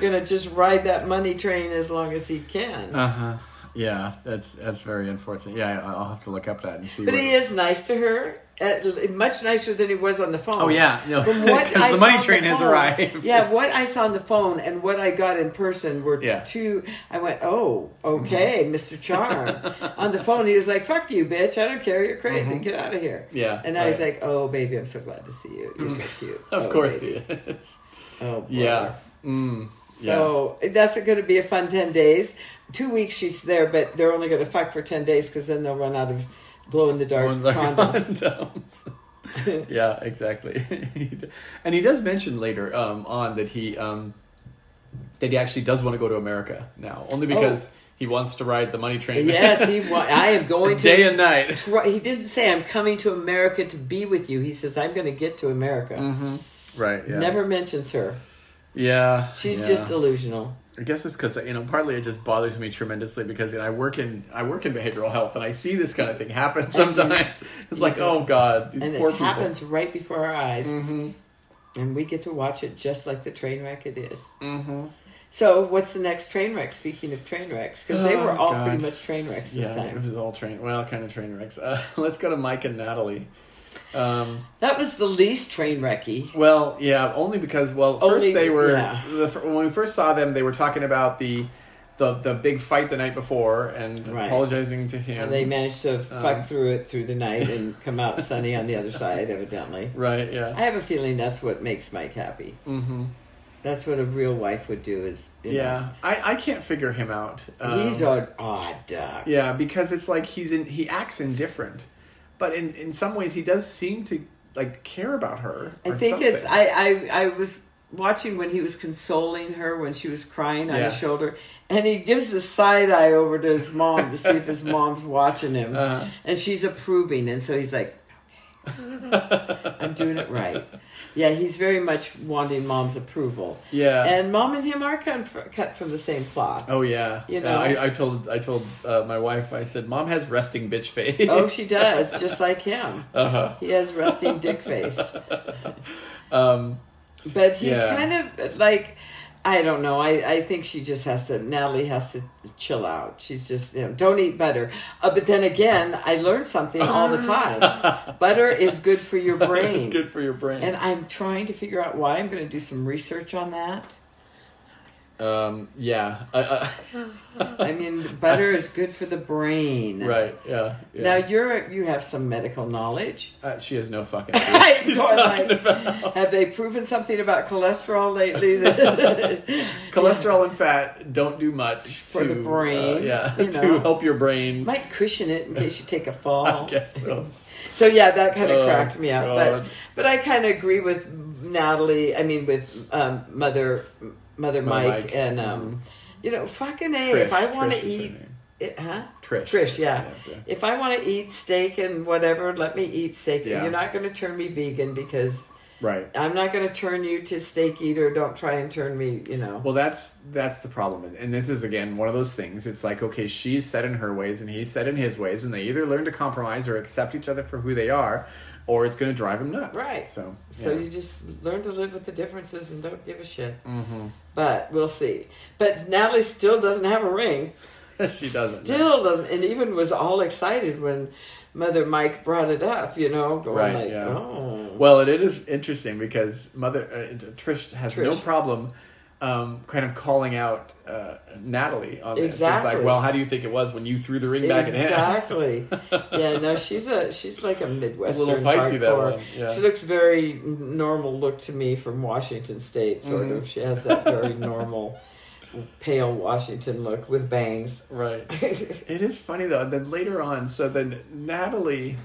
gonna just ride that money train as long as he can. Uh huh. Yeah, that's that's very unfortunate. Yeah, I- I'll have to look up that and see. But what- he is nice to her, uh, much nicer than he was on the phone. Oh yeah, no. From what 'Cause I the saw money on train the has phone- arrived. Yeah, what I saw on the phone and what I got in person were Yeah. Mm-hmm. two. I went, oh, okay, Mr. Charm. on the phone, he was like, "Fuck you, bitch! I don't care. You're crazy. Get out of here." Mm-hmm. Yeah, and I was right. Mm. like, "Oh, baby, I'm so glad to see you. You're so cute." Of Oh, course baby. he is. Oh, boy. Yeah. Mm. So that's going to be a fun 10 days. Two weeks she's there, but they're only going to fuck for 10 days because then they'll run out of glow in the dark One's like condoms. condoms. yeah, exactly. and he does mention later um, on that he um, that he actually does want to go to America now, only because He wants to ride the money train. Oh. Yes, he. Wa- I am going to. Day and night. Right, He didn't say, "I'm coming to America to be with you." He says, "I'm going to get to America." Mm-hmm. Right. Yeah. Never mentions her. Yeah. She's yeah. just delusional. I guess it's because you know, partly it just bothers me tremendously because you know, I work in I work in behavioral health and I see this kind of thing happen sometimes. It's like, oh god, these and poor it people. happens right before our eyes, Mm-hmm. and we get to watch it just like the train wreck it Mm-hmm. So, what's the next train wreck? Speaking of train wrecks, because they Oh, were all God. pretty much train wrecks this yeah, it time. was all train. Well, kind of train wrecks. Uh, let's go to Mike and Natalie. Um, That was the least train wrecky. well, yeah, only because well, first Only- they were yeah. the, fir- when we first saw them, they were talking about the the the big fight the night before and Right. apologizing to him. And they managed to Uh-huh. fuck through it through the night and come out sunny on the other side, evidently. right? Yeah. I have a feeling that's what makes Mike happy. Mm-hmm. That's what a real wife would do. Is you yeah, I, I can't figure him out. know, Um, he's an odd duck. Yeah, because it's like he's in he acts indifferent, but in in some ways he does seem to like care about her. I or think it's. something. I, I I was watching when he was consoling her when she was crying on his Yeah. shoulder, and he gives a side eye over to his mom to see if his mom's watching him, Uh-huh. and she's approving, and so he's like, "Okay, I'm doing it right." Yeah, he's very much wanting mom's approval. yeah. And mom and him are cut fr- cut from the same cloth. oh yeah. You You know. I, I told I told uh, my wife. I said, "Mom has resting bitch face." Oh, she does, just like him. Uh huh. He has resting dick face. Um, But he's Yeah. kind of like, I don't know. I, I think she just has to, Natalie has to chill out. She's just, you know, don't eat butter. Uh, but then again, I learned something all the time butter is good for your brain. it's good for your brain. And I'm trying to figure out why. I'm going to do some research on that. um, yeah. Uh, uh, I mean, butter is good for the brain. right. Yeah. yeah. Now you're you have some medical knowledge. uh, she has no fucking. idea what Right, she's so I'm talking like, about. Have they proven something about cholesterol lately? that- Cholesterol and fat don't do much For the to, uh, brain, yeah, you to know. help your brain. Might cushion it in case you take a I fall. guess so. So yeah, that kind of Oh, cracked me up. But God. but I kind of agree with Natalie. I mean, with um, mother Mother mother Mike, Mike. and um, you know, fucking a. if Trish. I want Trish to is her eat, name. it, huh? Trish. Trish, yeah. Yes, If I want to eat steak and whatever, let me eat steak. Yeah. You're not going to turn me vegan because Right. I'm not going to turn you to steak eater. Don't try and turn me. You know. Well, that's that's the problem, and, and this is again one of those things. It's like okay, she's set in her ways, and he's set in his ways, and they either learn to compromise or accept each other for who they are, or it's going to drive him nuts. Right. So. So yeah. you just learn to live with the differences and don't give a shit. Mm-hmm. But we'll see. But Natalie still doesn't have a ring. she doesn't. no. Still doesn't, and even was all excited when Mother Mike brought it up. You know, going Right, like, yeah. "Oh, Well, it, it is interesting because mother uh, Trish has no Trish. problem. Um, kind of calling out uh, Natalie on this. It's Exactly. like, well, how do you think it was when you threw the ring back exactly." at him? yeah, no, she's a she's like a midwestern A little feisty, that hardcore. one, yeah. She looks very normal look to me from Washington State. Sort Mm-hmm. of, she has that very normal, pale Washington look with bangs. Right. It is funny though. And then later on, so then Natalie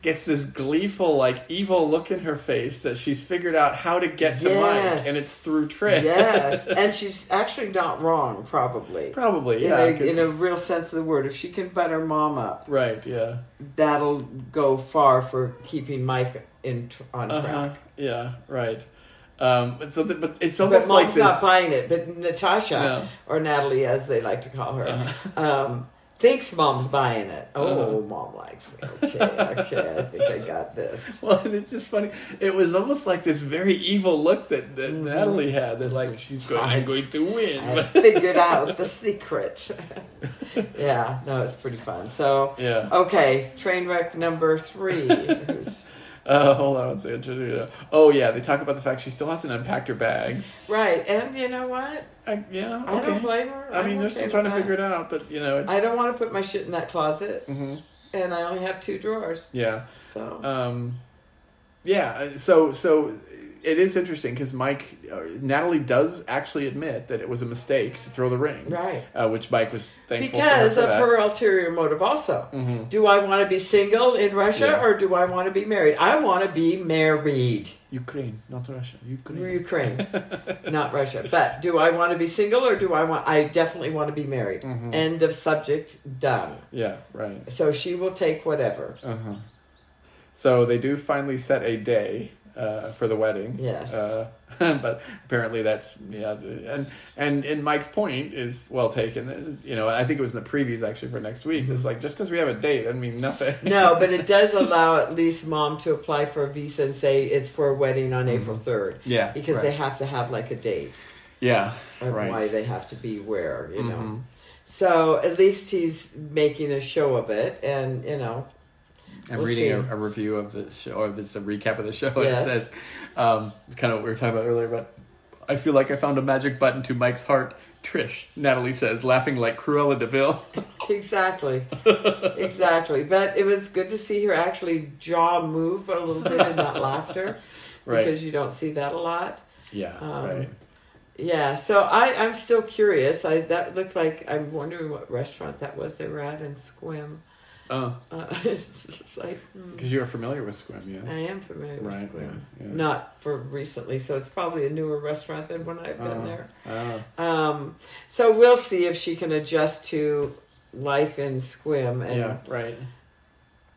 gets this gleeful, like evil look in her face that she's figured out how to get to Yes. Mike, and it's through Trish. Yes, and she's actually not wrong, probably. probably. In, Yeah. a, 'cause- in a real sense of the word, if she can butt her mom up, right. Yeah. that'll go far for keeping Mike in tr- on track. Uh-huh. Yeah. Right. Um, but so, the, but it's But almost mom's like this. not buying it. But Natasha No. or Natalie, as they like to call her, Uh-huh. um, thinks mom's buying it. Oh, mom likes me. Okay, okay, I think I got this. well, and it's just funny. It was almost like this very evil look that, that Natalie had. That like she's going, I'm going to win. Mm-hmm. I figured out the secret. yeah, no, it's pretty fun. So, Yeah. okay, train wreck number three. Who's- Uh, hold on one second. Oh yeah, they talk about the fact she still hasn't unpacked her bags. right, and you know what? I, yeah, okay. I don't blame her. I mean, I'm they're okay still trying to with figure that. it out, but you know, it's, I don't want to put my shit in that closet, and I Uh, only have two drawers, yeah, so um, yeah. So, so it is interesting because Mike, uh, Natalie does actually admit that it was a mistake to throw the ring, Right. Uh, which Mike was thankful because for of for that. Mm-hmm. her ulterior motive also do i want to be single in russia Yeah. or do i want to be married i want to be married Ukraine, not Russia. Ukraine. ukraine not russia but do i want to be single or do i want i definitely want to be married Mm-hmm. end of subject done Yeah, right. so she will take whatever Uh-huh. So they do finally set a day uh, for the wedding. Yes. Uh, but apparently that's yeah, and and and Mike's point is well taken. Is, You know, I think it was in the previews actually for next week. It's like just because we have a date doesn't mean nothing. Mm-hmm. no but it does allow at least mom to apply for a visa and say it's for a wedding on april 3rd Mm-hmm. Yeah, because they right. have to have like a date Yeah. of Right. Mm-hmm. why they have to be where, you know. So at least he's making a show of it, and you know, I'm We'll reading see. a, a review of the show, or this is a recap of the show. Yes. It says, um, kind of what we were talking about earlier, but I feel like I found a magic button to Mike's heart. Trish, Natalie says, laughing like Cruella Deville. exactly, exactly. But it was good to see her actually jaw move a little bit in that laughter, Right. because you don't see that a lot. yeah, Um, right. Yeah, so I I'm still curious. I that looked like I'm wondering what restaurant that was they were at in Squim. Oh, Uh, it's just like hmm, because you're familiar with Squim, yes. I am familiar with Right, Squim, yeah, yeah. not for recently, so it's probably a newer restaurant than when I've been Oh. there. Oh, Um, so we'll see if she can adjust to life in Squim, and yeah, right.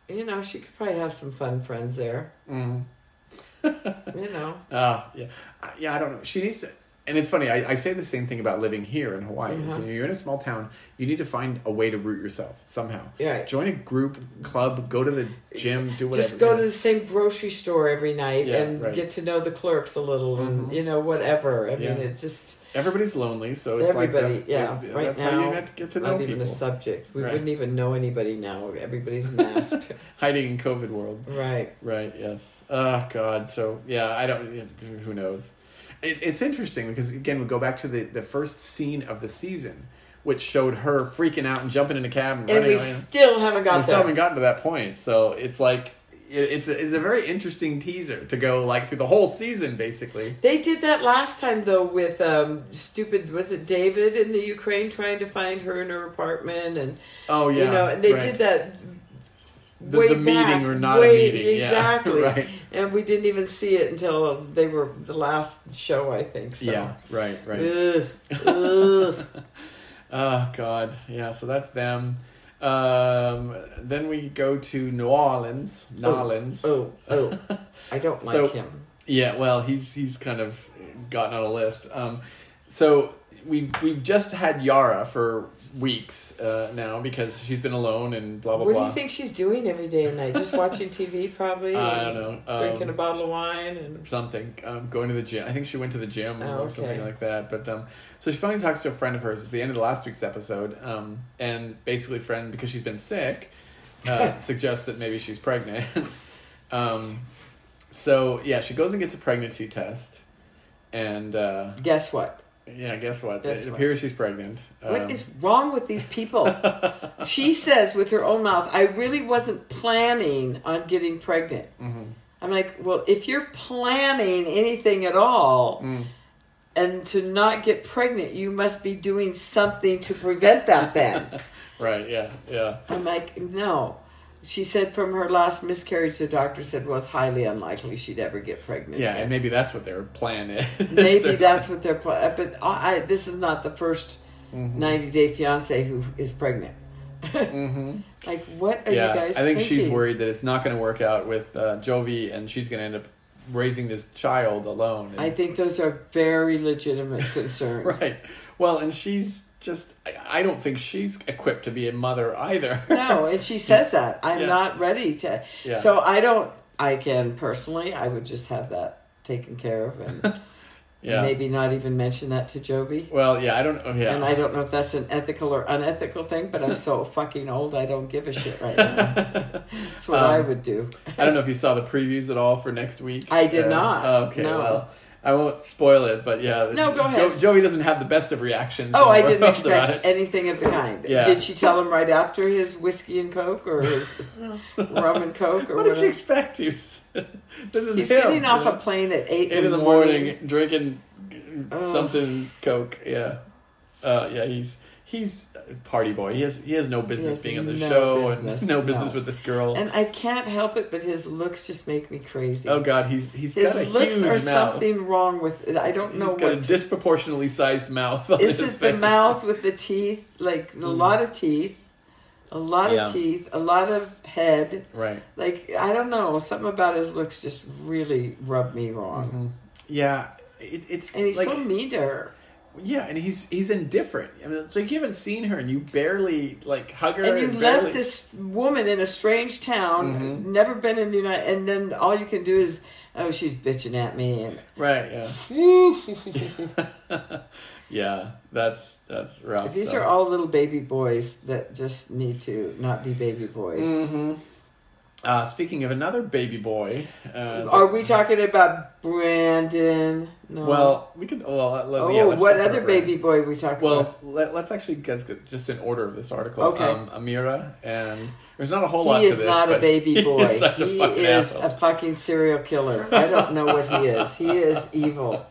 you know she could probably have some fun friends there. Mm. You know, Ah, yeah, I- yeah. I don't know. She needs to, and it's funny. I, I say the same thing about living here in Hawaii. is, Mhm. you know, you're in a small town. You need to find a way to root yourself somehow. Yeah. Join a group, club, go to the gym, do whatever. just go you to know. the same grocery store every night Yeah, and right. get to know the clerks a little, and Mhm. you know whatever. I Yeah. mean, it's just Everybody's lonely, so it's everybody. like that's, yeah, yeah, right that's now how you get- get to it's know not even people. a subject. We Right. wouldn't even know anybody now. Everybody's masked, Hiding in COVID world. right? Right. Yes. Oh God. So yeah, I don't. Who knows? It, it's interesting because again, we go back to the the first scene of the season, which showed her freaking out and jumping in a cab and, And running. we away. still haven't got we there. still haven't gotten to that point. So it's like it, it's a, it's a very interesting teaser to go like through the whole season basically. They did that last time though with um, stupid was it David in the Ukraine trying to find her in her apartment and Oh yeah. you know and they right. did that The- way the meeting back, or not a way- meeting, yeah, exactly right. and we didn't even see it until they were the last show I think so Yeah. Right. Right. Ugh, ugh. Oh God, yeah. So that's them. Um, then we go to New Orleans. New Orleans. oh oh I don't like So- him Yeah. Well, he's he's kind of gotten on a list. Um, so we we've just had Yara for weeks uh, now because she's been alone and blah blah what do blah. you think she's doing every day and night just watching TV probably I and don't know. drinking Um, a bottle of wine and something um, going to the gym i think she went to the gym Oh, or something okay. like that but um, so she finally talks to a friend of hers at the end of the last week's episode um, and basically friend because she's been sick uh, suggests that maybe she's pregnant um, so yeah she goes and gets a pregnancy test and uh, guess what yeah guess what Guess it what? appears she's pregnant Um, What is wrong with these people? she says with her own mouth, I really wasn't planning on getting pregnant. I'm like, well, if you're planning anything at all and to not get pregnant, you must be doing something to prevent that then. right yeah yeah I'm like, no. She said from her last miscarriage, the doctor said, well, it's highly unlikely she'd ever get pregnant. yeah and maybe that's what their plan is Maybe So- that's what they're pl- But I, I, this is not the 1st Mm-hmm. 90 day fiance who is pregnant. Like, what are Mm-hmm. yeah, you guys I think she's thinking? worried that it's not going to work out with uh, Jovi, and she's going to end up raising this child alone. I think those are very legitimate concerns. right. Well, and she's just, I, I don't think she's equipped to be a mother either. No, and she says that. I'm Yeah. not ready to. Yeah. So I don't, I can personally, I would just have that taken care of and yeah. maybe not even mention that to Jovi. Well, yeah, I don't know. Yeah. And I don't know if that's an ethical or unethical thing, but I'm so fucking old, I don't give a shit right now. That's Um, what I would do. I don't know if you saw the previews at all for next week. I did Uh, not, oh, okay, no. well, I won't spoil it, but yeah. No, go Jo- ahead. Joey doesn't have the best of reactions. in the Oh, I didn't world about expect it. anything of the kind. Yeah. Did she tell him right after his whiskey and coke or his rum and coke or What did whatever? you expect? He was- this is He's him. getting off a plane at eight, eight in the morning, drinking Oh. something Coke. Yeah, uh, yeah. He's he's a party boy. He has he has no business has being on the no show business, and no business no. with this girl. And I can't help it, but his looks just make me crazy. oh God, he's he's his got a looks huge are mouth. something wrong with it. I don't He's know got a what. disproportionately sized mouth. On Is his it the face. Mm. mouth with the teeth? Like a lot of teeth, a lot Yeah. of teeth, a lot of head. Right. Like I don't know, something about his looks just really rubbed me wrong. Yeah. It, it's And he's Mm-hmm. like so mean to her. yeah, and he's he's indifferent. I mean, it's like you haven't seen her, and you barely like hug her, And you barely, Mm-hmm. left this woman in a strange town, never been in the United, and then all you can do is, oh, she's bitching at me, and right. Yeah, yeah. That's that's rough. These stuff. are all little baby boys that just need to not be baby boys. Mm-hmm. Uh, speaking of another baby boy, uh, Are we talking about Brandon? No. well, we could. Well, let, let- oh, yeah, let's what talk other about- baby boy we talking Well, about? let, us actually guess good- just in order of this article. Okay. Um, Amira, and there's not a whole lot He to is this. not a but baby boy. He is such a he fucking is asshole. a fucking serial killer. I don't know what he is. He is evil.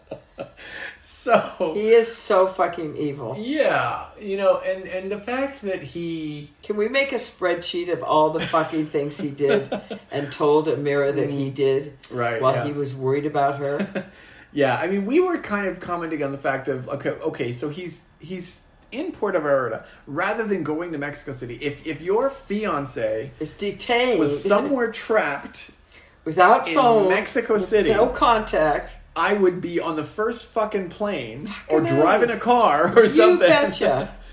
so He is so fucking evil. yeah, you know, and and the fact that he Can we make a spreadsheet of all the fucking things he did and told Amira that he did Mm. right while yeah. he was worried about her? Yeah, I mean, we were kind of commenting on the fact of okay, okay, so he's he's in Puerto Vallarta rather than going to Mexico City. If if your fiance It's detained was somewhere trapped without in phone, Mexico City, no contact. I would be on the first fucking plane or Fucking A. driving a car or something. You betcha.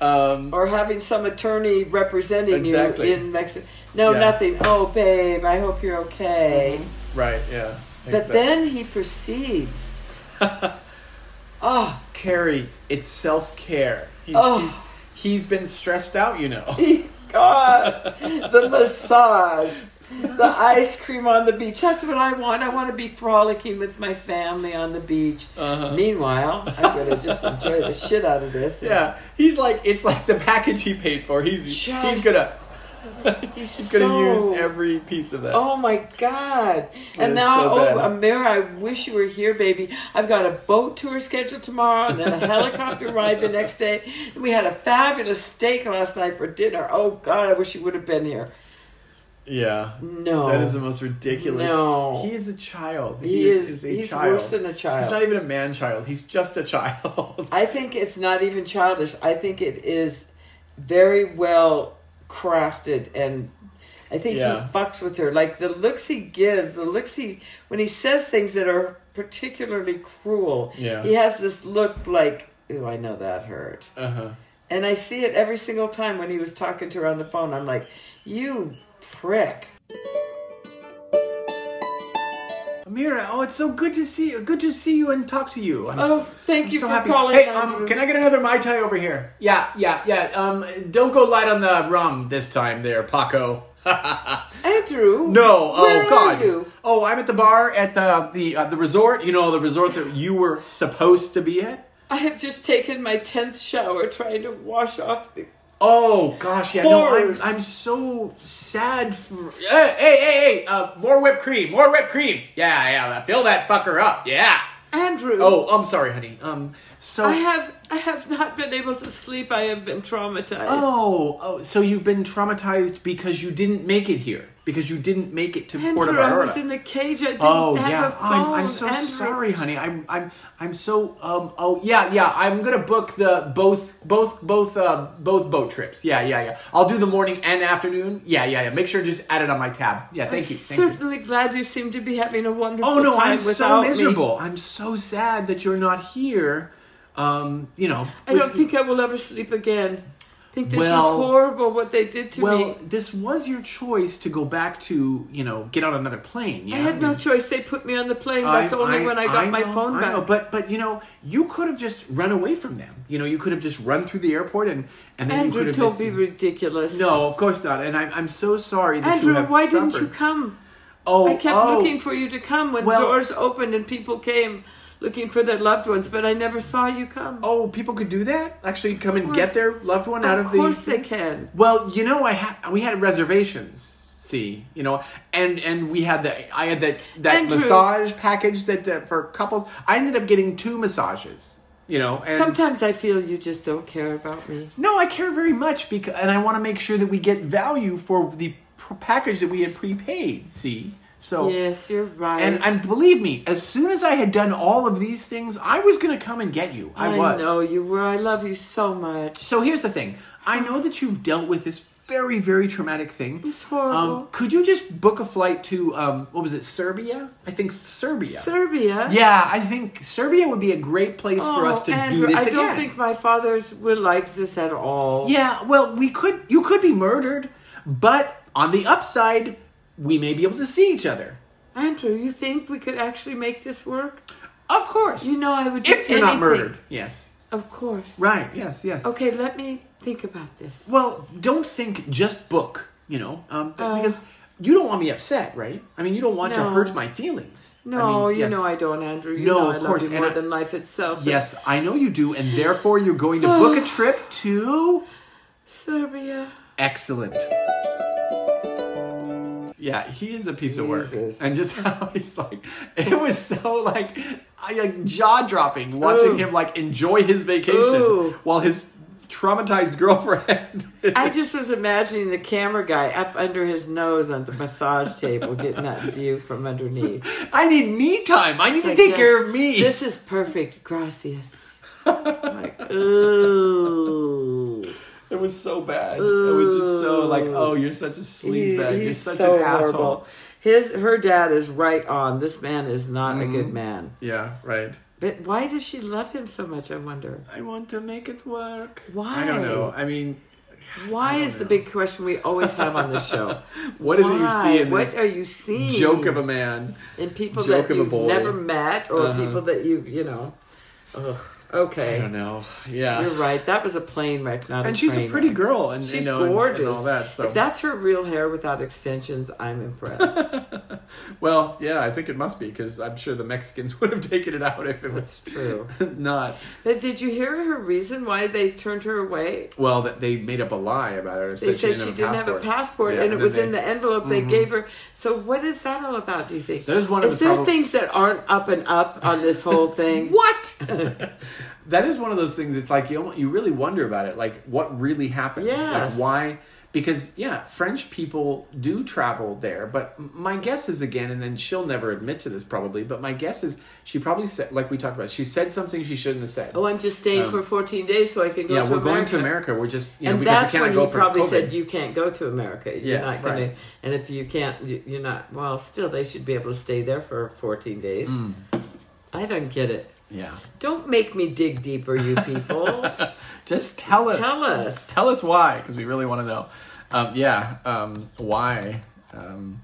Um, or having some attorney representing Exactly. you in Mexico. No, Yes. Mm-hmm. nothing. Oh, babe, I hope you're okay. right, yeah. But then he proceeds. oh, Carrie, it's self care. He's, Oh. he's he's been stressed out, you know. God, the massage. The ice cream on the beach. That's what I want. I want to be frolicking with my family on the beach. Uh-huh. Meanwhile, I'm going to just enjoy the shit out of this. Yeah, he's like it's like the package he paid for. He's he's Just- gonna He's, he's gonna so use every piece of that. Oh my god! is And now, so oh, bad. Amira, I wish you were here, baby. I've got a boat tour scheduled tomorrow, and then a helicopter ride the next day. We had a fabulous steak last night for dinner. Oh god, I wish you would have been here. Yeah, No, that is the most ridiculous. No. he is a child. he, He, is, is, is a he's child. worse than a child. He's not even a man child. He's just a child. I think it's not even childish. I think it is very well crafted and I think Yeah. he fucks with her. Like the looks he gives, the looks he when he says things that are particularly cruel. Yeah. He has this look like, "Ooh, I know that hurt." Uh huh. And I see it every single time when he was talking to her on the phone. I'm like, "You prick." Amira, oh, it's so good to see you. Good to see you and talk to you. I'm Oh, so- thank I'm you so for happy. calling. Hey, on um, you. can I get another mai tai over here? Yeah, yeah, yeah. Um, don't go light on the rum this time, there, Paco. Andrew? No, where oh God. Are you? Oh, I'm at the bar at the the uh, the resort. You know, the resort that you were supposed to be at. I have just taken my 10th shower trying to wash off the Oh gosh, yeah. No, I'm, Horrors. I'm so sad for. Hey, hey, hey! hey, Uh, more whipped cream, more whipped cream. Yeah, yeah. Fill that fucker up. Yeah. Andrew. Oh, I'm sorry, honey. Um, so. I have I have not been able to sleep. I have been traumatized. Oh, oh, so you've been traumatized because you didn't make it here, because you didn't make it to Puerto Andrew, I was Vallarta. in a cage. I didn't Oh have yeah, a phone. I'm, I'm so Andrew. sorry, honey. I'm I'm I'm so um. Oh yeah, yeah. I'm gonna book the both both both uh both boat trips. Yeah, yeah, yeah. I'll do the morning and afternoon. Yeah, yeah, yeah. Make sure to just add it on my tab. Yeah, thank you. Thank you. Certainly glad you seem to be having a wonderful Oh no, time I'm so without me. miserable. I'm so sad that you're not here. Um, you know, I don't with- think I will ever sleep again. I think this Well- was horrible what they did to Well, me. this was your choice to go back to, you know, get on another plane. Yeah, I had no choice. They put me on the plane. That's only when I got my know, phone I back. know, but but you know, you could have just run away from them. You know, you could have just run through the airport and and then you could Andrew, have don't just- be ridiculous. No, of course not. And I'm I'm so sorry that you Andrew, have why suffered. didn't you come? Oh, I kept oh, looking for you to come when Well- doors opened and people came. looking for their loved ones, but I never saw you come. Oh, people could do that. Actually, come and get course. their loved one out of of, course the. they can. Well, you know, I had we had reservations. See, you know, and and we had the I had that that Andrew. massage package that, that for couples. I ended up getting two massages. You know, and Sometimes I feel you just don't care about me. no, I care very much because, and I want to make sure that we get value for the pr- package that we had prepaid. See, so Yes, you're right. Oh. And and believe me, as soon as I had done all of these things, I was gonna come and get you. I, was. know you were. I love you so much. So here's the thing. I know that you've dealt with this very, very traumatic thing. It's horrible. Um, could you just book a flight to um, what was it, Serbia? I think Serbia. Serbia. Oh, yeah, I think Serbia would be a great place for us to Andrew, do this I don't again. think my father's would like this at all. Yeah, well, we could. You could be murdered, but on the upside, we may be able to see each other. Andrew, you think we could actually make this work? Of course. You know, I would. do if you're not anything. murdered. Yes. Of course. Right. Yes. Yes. Okay, let me think about this. Well, don't think just book, you know, um, th- Oh. because you don't want me upset, right? I mean, you don't want to No. hurt my feelings. I no, mean, you yes. know I don't, Andrew. You No, know I of love course, you and more I- than life itself. Yes, I know you do, and therefore you're going to book a trip to. Serbia. Excellent. Yeah, he is a piece Jesus. of work, and just how he's like, it was so like, I, like jaw dropping watching Ooh. him like enjoy his vacation Ooh. while his traumatized girlfriend. I just was imagining the camera guy up under his nose on the massage table getting that view from underneath. I need me time. I need to Like, take yes, care of me. This is perfect. Gracias. like, ooh. It was so bad. It was just so like, oh, you're such a He- sleazebag. you're he's such so an asshole. horrible. His her dad is right on. This man is not a Mm-hmm. good man. Yeah, right. But why does she love him so much? I wonder. I want to make it work. Why? I don't know. I mean, Why is the big question we always have on this show? what is it you Why? see in what this are you seeing? joke of a man? in people joke of that a you've boy. never met or Uh-huh. people that you you know. Ugh. I Okay, don't know. Yeah. you're right. That was a plane wreck, not a and she's a train pretty wreck. girl, and She's you know, and- and gorgeous. all that. So, If that's her real hair without extensions, I'm impressed. well, yeah, I think it must be because I'm sure the Mexicans would have taken it out if it was that's true. not. But did you hear her reason why they turned her away? Well, that they made up a lie about her. They said she didn't have a passport, Yeah, and it then was they- Mm-hmm. in the envelope they gave her. So, what is that all about? Do you think? That is one of Is the there prob- things that aren't up and up on this whole thing? What? that is one of those things. It's like you almost, you really wonder about it. Like what really happened? Yes. Like why? Because yeah, French people do travel there, but m- my guess is again, and then she'll never admit to this probably. But my guess is she probably said, like we talked about, she said something she shouldn't have said. Oh, I'm just staying Um, for 14 days so I can go yeah, to we're America. going to America. We're just you know and because that's we cannot when go he for probably COVID. said you can't go to America. You're Yeah, not going right. to. And if you can't, you- you're not. Well, still, they should be able to stay there for 14 days. Hmm. I don't get it. yeah. Don't make me dig deeper, you people. Just tell us. Tell us. Tell us why, because we really want to know. Um, yeah, um, why? Um,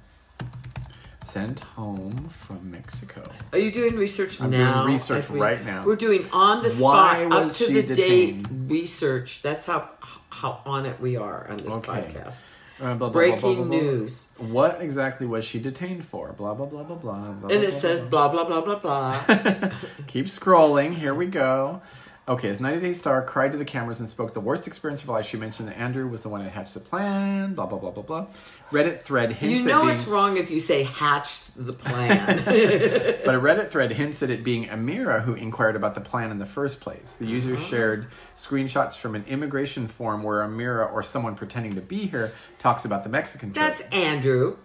sent home from Mexico. Are you doing research I'm doing now? research as we- right now. We're doing on the Why spot, up was to she the date detained? research. That's how how on it we are on this Okay. podcast. Uh, blah, blah, blah, Breaking blah, blah, blah. news. What exactly was she detained for? Blah blah blah blah blah. blah blah, And blah, it says blah. blah blah blah blah blah. Keep scrolling. Here we go. Okay, as 90 Day Star cried to the cameras and spoke the worst experience of her life, she mentioned that Andrew was the one that hatched the plan, blah, blah, blah, blah, blah. Reddit thread hints you know at being... it's wrong if you say hatched the plan. But a Reddit thread hints at it being Amira who inquired about the plan in the first place. The user Oh. shared screenshots from an immigration form where Amira or someone pretending to be her talks about the Mexican trip. That's Andrew.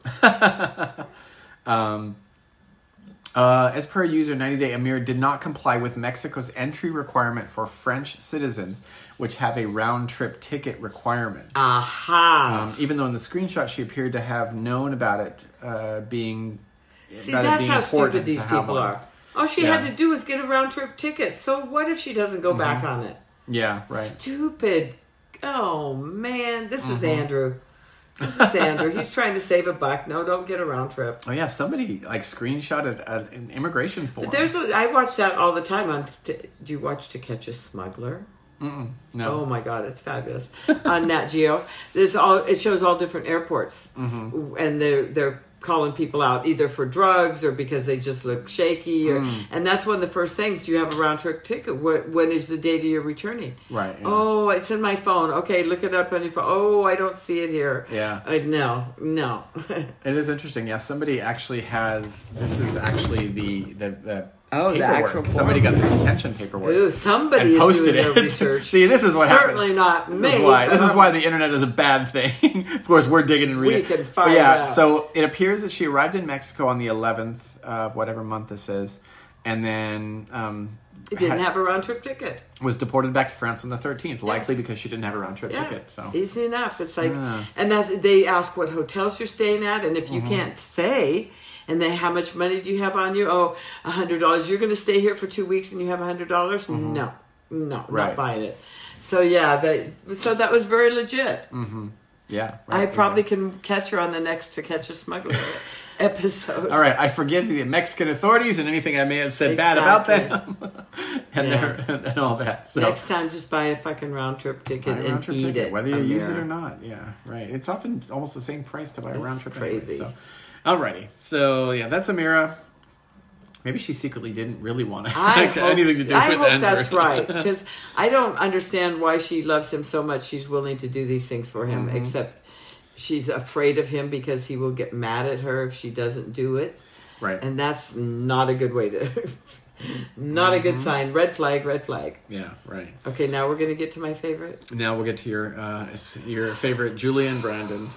Uh, as per a user, 90 Day Amira did not comply with Mexico's entry requirement for French citizens, which have a round trip ticket requirement. Aha. Um, even though in the screenshot she appeared to have known about it uh, being. See, about it that's being how important stupid to these have people one. are. All she Yeah. had to do was get a round trip ticket. So what if she doesn't go back on it? Yeah, right. Stupid. Oh man, this is Mm-hmm. Andrew. This is Andrew. He's trying to save a buck. No, don't get a round trip. Oh, yeah, somebody like screenshotted a- an immigration form. There's a, I watch that all the time on t- Do you watch To Catch a Smuggler? no. Oh my God, it's fabulous Uh, Mm-hmm. on Nat Geo. It's all it shows all different airports and their their calling people out either for drugs or because they just look shaky or Mm. and that's one of the first things do you have a round trip ticket Wh- when is the date of your returning Right, yeah. oh it's in my phone okay look it up on your phone oh i don't see it here Yeah. uh, no no It is interesting. Yeah, somebody actually has. This is actually the the, the Oh, the paperwork. actual form. Somebody got the detention paperwork. Ooh, somebody and is posted doing it. their research. See, this is what Certainly happens. This not me. Um, is why. This is why the internet is a bad thing. of course, we're digging and reading. We can But find yeah, out. so it appears that she arrived in Mexico on the 11th of whatever month this is, and then um, It didn't had- have a round trip ticket. was deported back to France on the 13th, likely because she didn't have a round trip Yeah, ticket. So easy enough. It's like, Yeah. Mm-hmm. and that's, they ask what hotels you're staying at, and if you can't say, and then how much money do you have on you? Oh, a hundred dollars. You're going to stay here for two weeks, and you have a hundred dollars? No, no, Mm-hmm. Right. not buying it. So yeah, that so that was very legit. Mm-hmm. yeah, right, I probably exactly. can catch her on the next to catch a smuggler episode. All right, I forgive the Mexican authorities and anything I may have said bad about them, and, Yeah. their, and all that. So Next time, just buy a fucking round trip ticket Buy a and round trip eat ticket, it. whether you on use it there. or not. Yeah, right. It's often almost the same price to buy a round trip. crazy. Anyway, so, alrighty. So yeah, that's Amira. Maybe she secretly didn't really want to I hope, anything to do I with hope Andrew. that's right because I don't understand why she loves him so much. She's willing to do these things for Mm-hmm. him, except she's afraid of him because he will get mad at her if she doesn't do it, right. and that's not a good way to. not a Mm-hmm. good sign. Red flag. Red flag. yeah. Right. Okay, now we're gonna get to my favorite. Now we'll get to your uh, s- your favorite Julian Brandon.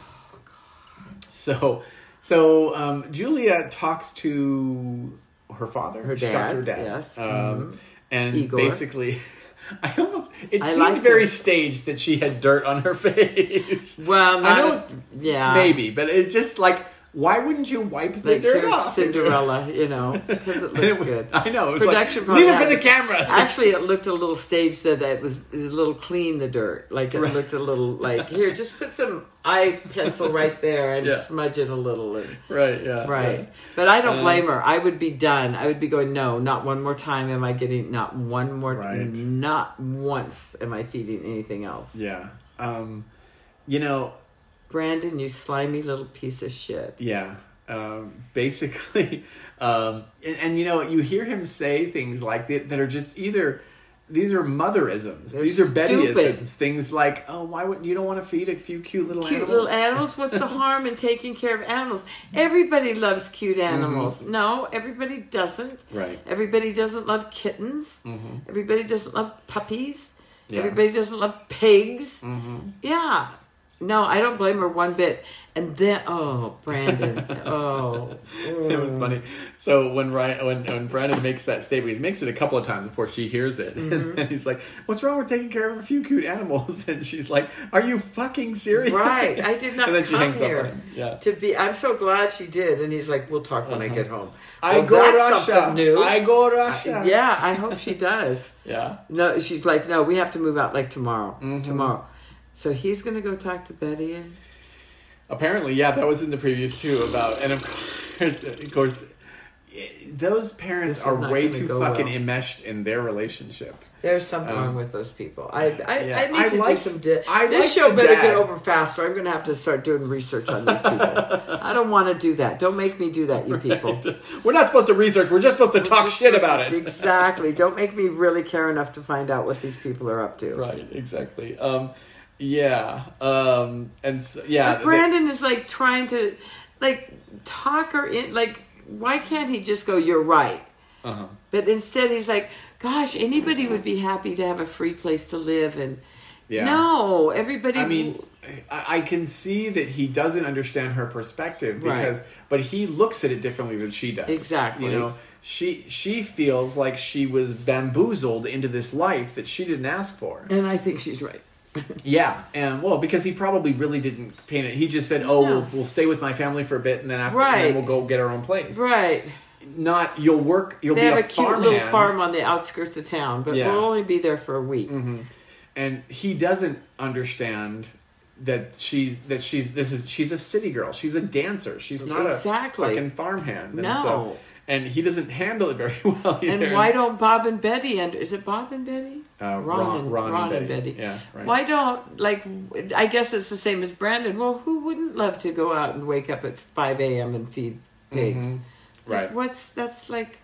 So, so um, Julia talks to her father, her dad, her dad, yes. Mm-hmm. um, and Igor. basically, I almost it I seemed liked very it. staged that she had dirt on her face. Well, I not know, a- yeah, maybe, but it just like why wouldn't you wipe the Like dirt here's off? Cinderella, you know, because it And it looks was- good. I know. It was Production like, probably leave it for had the it. camera. Actually, it looked a little staged that it was a little clean, the dirt. Like, it Right. looked a little like, here, just put some eye pencil right there and Yeah. smudge it a little. And, right, yeah, Uh, right. But I don't blame her. I would be done. I would be going, no, not one more time am I getting, not one more, Right. not once am I feeding anything else. yeah. Um, you know, Brandon, you slimy little piece of shit. Yeah. Um, basically, um, and, and you know, you hear him say things like that, that are just either these are motherisms, these are stupid. Bettyisms, things like, oh, why would not you don't want to feed a few cute little Cute animals? little animals. What's the harm in taking care of animals? Everybody loves cute animals. No, everybody doesn't. Mm-hmm. Right. Everybody doesn't love kittens. Everybody doesn't love puppies. Mm-hmm. Yeah. Mm-hmm. Everybody doesn't love pigs. Yeah. No, I don't blame her one bit. And then, oh, Brandon. oh. it was funny. So when Ryan, when when Brandon makes that statement, he makes it a couple of times before she hears it, Mm-hmm. and then he's like, "What's wrong with taking care of a few cute animals?" And she's like, "Are you fucking serious?" Right. I did not And then come she hangs here up on him. Yeah. Uh-huh. to be. I'm so glad she did. And he's like, we'll talk when I get home. I Well, go that's Russia. something new. I go Russia. yeah, I hope she does. Yeah. No, she's like, no, we have to move out like tomorrow. Mm-hmm. Tomorrow. So he's going to go talk to Betty and Apparently, yeah, that was in the previews too about, and of course, of course, eh, those parents This is are not way gonna too go fucking well. enmeshed in their relationship. There's something Um, wrong with those people. I I, yeah. I need I to like- do some. Di- I this like show the better dad. get over faster. I'm going to have to start doing research on these people. I don't want to do that. Don't make me do that, you people. We're not supposed to research. We're just supposed to talk Just shit listen- about it. Exactly. Don't make me really care enough to find out what these people are up to. Right. Exactly. Um, yeah. Um, and so, yeah. But Brandon is like trying to like talk her in. Like, why can't he just go? You're right. uh But instead, he's like, "Gosh, anybody would be happy to have a free place to live." And Yeah. no, everybody. I mean, I, I can see that he doesn't understand her perspective Right. because, but he looks at it differently than she does. Exactly. You know, she she feels like she was bamboozled into this life that she didn't ask for. and I think she's right. Yeah, and well, because he probably really didn't paint it. He just said, "Oh, No. we'll, we'll stay with my family for a bit, and then after, and Right. then we'll go get our own place." Right. Not you'll work. You'll They be have a, a cute farmhand, little farm on the outskirts of town, but Yeah. Mm-hmm. we'll only be there for a week. and he doesn't understand that she's that she's this is she's a city girl. She's a dancer. She's not Exactly. a fucking farmhand. And No. so, and he doesn't handle it very well either. And why don't Bob and Betty and is it Bob and Betty? Uh, Ron- Ron and Betty. Yeah, right. Why don't like? I guess it's the same as Brandon. Well, who wouldn't love to go out and wake up at five a.m. and feed pigs? Like, Mm-hmm. Right. What's that's like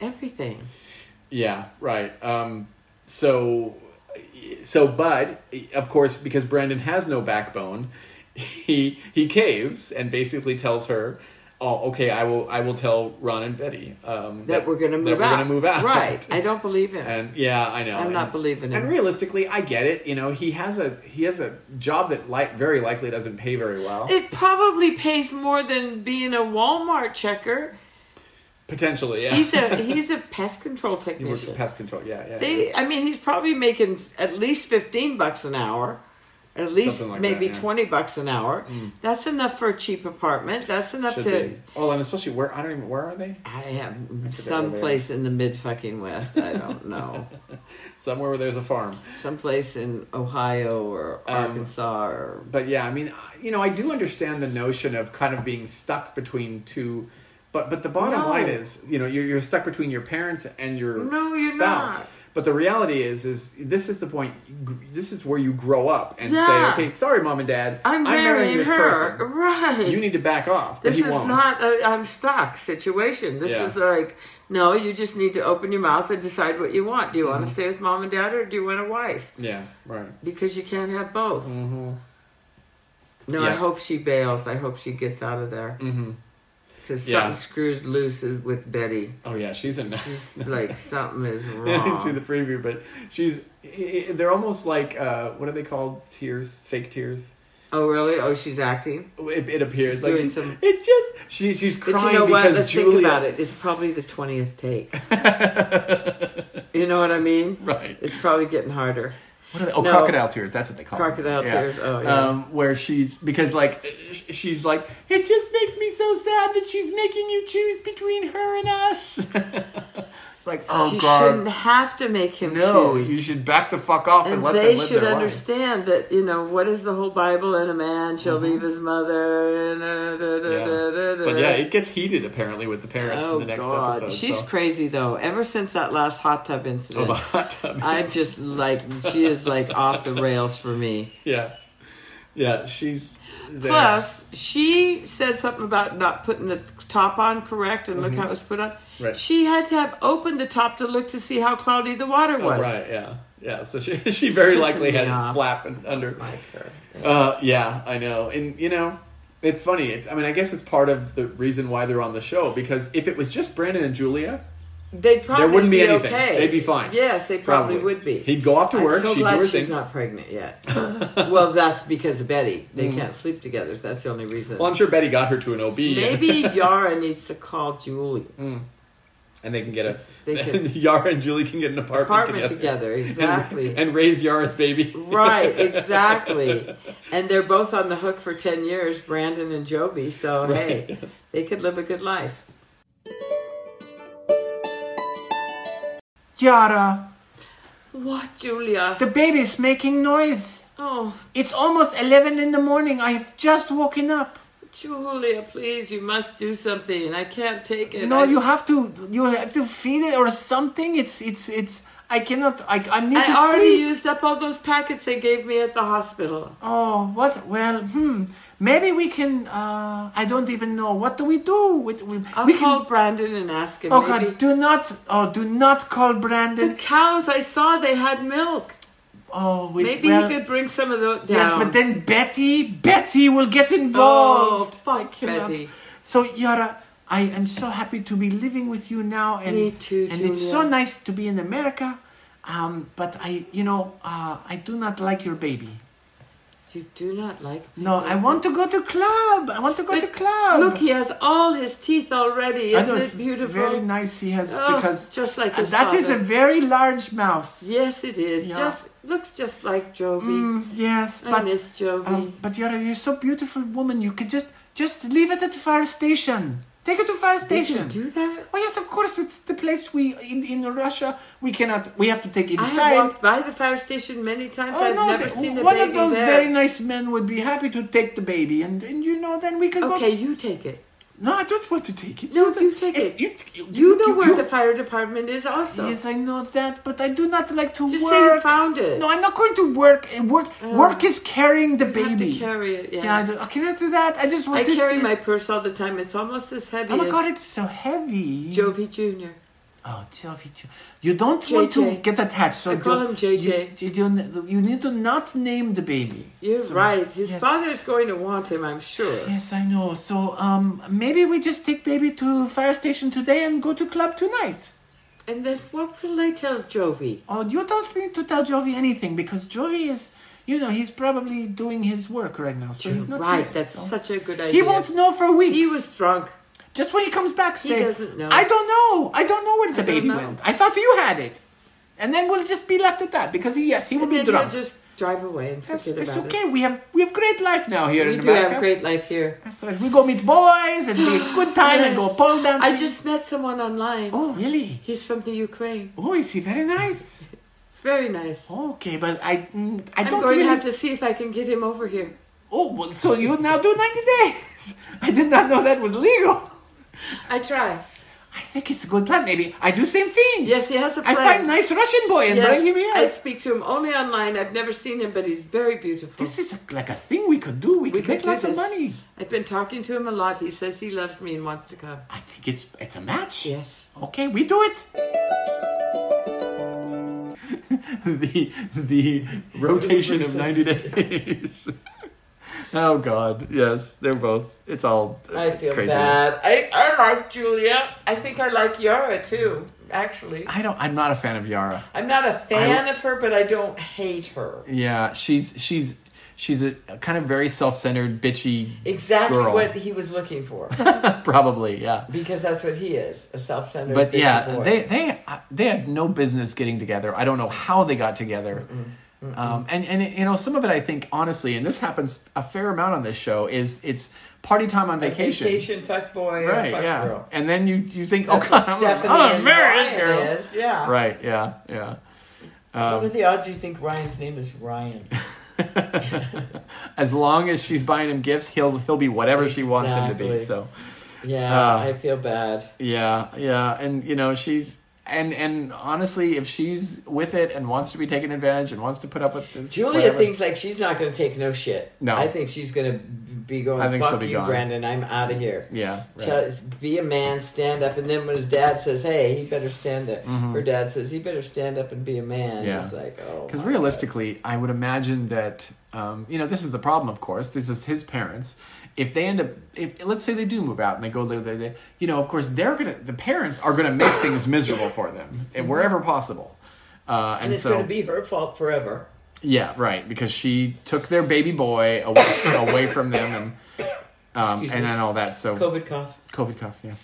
everything. Yeah, right. Um, so, so, but of course, because Brandon has no backbone, he he caves and basically tells her, "Oh, okay, I will. I will tell Ron and Betty um, That we're gonna move that we're out. gonna move out. Right. I don't believe him. And yeah, I know. I'm and, not believing him. And realistically, I get it. You know, he has a he has a job that like very likely doesn't pay very well. it probably pays more than being a Walmart checker. Potentially, yeah. He's a he's a pest control he works technician. at pest control. Yeah, yeah. yeah. They, I mean, he's probably making at least fifteen bucks an hour, at least Something like maybe that, yeah. Mm. twenty bucks an hour. That's enough for a cheap apartment. That's enough Should to. be. Oh, and especially where I don't even where are they? I am where they someplace in the mid fucking west. I don't know. Somewhere where there's a farm. someplace in Ohio or Um, Arkansas or But yeah, I mean, I- you know, I do understand the notion of kind of being stuck between two. But but the bottom No. line is, you know, you're, you're stuck between your parents and your No, you're spouse. not. But the reality is, is this is the point. you gr- This is where you grow up and Yeah. say, okay, sorry, mom and dad, I'm, marrying this her. person. Right. You need to back off, but this he is won't. not a I'm stuck situation. This Yeah. is like no, you just need to open your mouth and decide what you want. Mm-hmm. Do you want to stay with mom and dad or do you want a wife? yeah, right. Because you can't have both. Mm-hmm. No, I Yeah. hope she bails. I hope she gets out of there. hmm Because Yeah. something screws loose is- with Betty. Oh yeah, she's in. She's like something is I didn't see wrong. the preview, but she's. i- i- They're almost like uh, what are they called? Tears, fake tears. oh really? Oh, she's acting. It, it appears She's like doing she- some- it just she, she's But crying you know what? because Let's Julia. think about it. It's probably the twentieth take. you know what I mean? Right. It's probably getting harder. What are they? Oh, No. crocodile tears. That's what they call Crocodile them. tears, oh, yeah. Um, where she's because like sh- she's like it just makes me so sad that she's making you choose between her and us. it's like oh you god, shouldn't have to make him no, choose. you should back the fuck off and, and let they them live should their understand that you know what is the whole Bible in a man shall leave his mother. da, da, Mm-hmm. da, Yeah. da, da, da. But yeah, it gets heated apparently with the parents oh in the next God, episode. she's so. crazy though. Ever since that last hot tub Oh, incident, the hot tub. I'm just like she is like off the rails for me. yeah, yeah, she's there. Plus, she said something about not putting the top on correct and look how it was put on. Mm-hmm. Right. She had to have opened the top to look to see how cloudy the water Oh, was. right, yeah, yeah. So she she very pissing likely had me it off. flap and under. Like her. Uh, yeah, I know, and you know, it's funny. It's I mean, I guess it's part of the reason why they're on the show because if it was just Brandon and Julia, They'd probably There wouldn't be anything. okay. They'd be fine. Yes, they probably, would be. He'd go off to work. I'm so she'd do glad her she's thing. not pregnant yet. well, that's because of Betty. They can't sleep together. That's the only reason. Mm. Well, I'm sure Betty got her to an OB. Maybe Yara needs to call Julie. Mm. and they can get a Yes, they can- Yara and Julie can get an apartment, Apartment together, together, And- exactly. and, raise Yara's baby. right, exactly. And they're both on the hook for 10 years, Brandon and Jovi. So, hey, they could live a good life. Yara, What, Julia? the baby's making noise. Oh, It's almost 11 in the morning. I have just woken up. Julia, please, you must do something. I can't take it. No, I- you have to you have to feed it or something. It's it's it's I cannot I I need to I already sleep. used up all those packets they gave me at the hospital. Oh, what? Well, hmm. Maybe we can uh I don't even know what do we do with we, I'll we call can Brandon and ask him. Oh maybe. god, do not oh do not call The Brandon. cows I saw they had milk. oh, we, Maybe well, he could bring some of those down. Yes, but then Betty, Betty will get oh, involved. fuck cannot. Betty. So Yara, I am so happy to be living with you now, and Me too, and it's so Julia. nice to be in America. Um, but I, you know, uh, I do not like your baby. You do not like. No, I want to go to club. I want to go to But club. Look, he has all his teeth already. I Isn't know it's it beautiful? Very nice he has Oh, because just like and his that is a father. very large mouth. Yes, it is. Yeah. Just looks just like Jovi. Mm, yes, I but miss Jovi. um, but Yara, you're so beautiful, woman. You can just just leave it at the fire station. Take it to fire Did station. you do that? Oh yes, of course. It's the place we in in Russia. We cannot. We have to take I inside. have walked by the fire station many times. oh I've no! never the- seen a one baby of those there. very nice men would be happy to take the baby, and and you know, then we could Okay, you take it. go. No, I don't want to take it. No, don't- you take it's- it. You, you, You know where you- the fire department is, also. Yes, I know that, but I do not like to Just work. say you found it. No, I'm not going to work. Uh, Work, work is carrying the You have baby. to carry it. Yes. Yeah, I, do- I cannot do that. I just want I to carry sit. my purse all the time. It's almost as heavy Oh my as god, it's so heavy. Jovi Jr. Oh, Jovi, Jo- you don't want to JJ. get attached. So I call don't- him JJ. You, you, don't- you need to not name the baby. You're So- right. His yes. father's going to want him, I'm sure. Yes, I know. So um, maybe we just take baby to fire station today and go to club tonight. And then what will I tell Jovi? Oh, you don't need to tell Jovi anything because Jovi is, you know, he's probably doing his work right now, so You're he's not right. here, That's so- such a good idea. He won't know for weeks. He was drunk. just when he comes back. He Say, doesn't know. I don't know. I don't know where the don't baby know." went. I thought you had it, and then we'll just be left at that because he, yes, he will And be then drunk. he'll just drive away and That's, forget that's about okay. us. We have we have great life now here We in do America. have great life here. So if we go meet boys and be a good time and go Yes. pole dancing. I just met someone online. oh really? He's from the Ukraine. Oh, is he very nice? It's very nice. Okay, but I mm, Oh, I I'm don't going to really have to see if I can get him over here. Oh, well, so you now do 90 days. I did not know that was legal. I try. I think it's a good plan. Maybe I do same thing. Yes, he has a I plan. find nice Russian boy and Yes, bring him here. I speak to him only online. I've never seen him, but he's very beautiful. This is a, like a thing we could do. We, We could could make do lots of this. money. I've been talking to him a lot. He says he loves me and wants to come. I think it's it's a match. Yes. Okay, we do it. the the rotation of 90 days. oh god. Yes, they're both. It's all uh, I feel craziness. bad. I, I like Julia. I think I like Yara too, actually. I don't I'm not a fan of Yara. I'm not a fan of her, but I don't hate her. Yeah, she's she's she's a kind of very self-centered bitchy Exactly Girl. what he was looking for, probably, yeah. because that's what he is a self centered But yeah, boy. they they uh, they had no business getting together. I don't know how they got together. Um, and and you know some of it I think honestly, and this happens a fair amount on this show is it's party time on vacation. vacation fuck boy, Right, fuck yeah, girl. and then you you think, That's oh what God, I'm, Stephanie I'm a and married Ryan girl. is. Yeah. Right, um, yeah, yeah. what are the odds you think Ryan's name is Ryan? as long as she's buying him gifts, he'll he'll be whatever she wants him to be. Exactly. So Yeah, Uh, I feel bad. yeah, yeah, and you know she's and and honestly, if she's with it and wants to be taken advantage and wants to put up with this, Julia whatever- thinks like she's not going to take no shit. No. I think she's going to be going. I think Fuck she'll be you, gone." Brandon. I'm out of here. yeah, right. Tell, be a man, stand up, and then when his dad says, "Hey, he better stand up," her dad says, "He better stand up and be a man." Mm-hmm. Yeah. It's like, oh, Because my realistically, I would imagine that um, you know this is the problem. Of course, this is his parents. If they end up, if let's say they do move out and they go live there, they, you know, of course they're gonna, the parents are gonna make things miserable for them and wherever possible. Uh, and, God. and it's so, going to be her fault forever. yeah, right, because she took their baby boy away, away from them and um, Excuse and me. then all that. So COVID cough. COVID cough, yeah.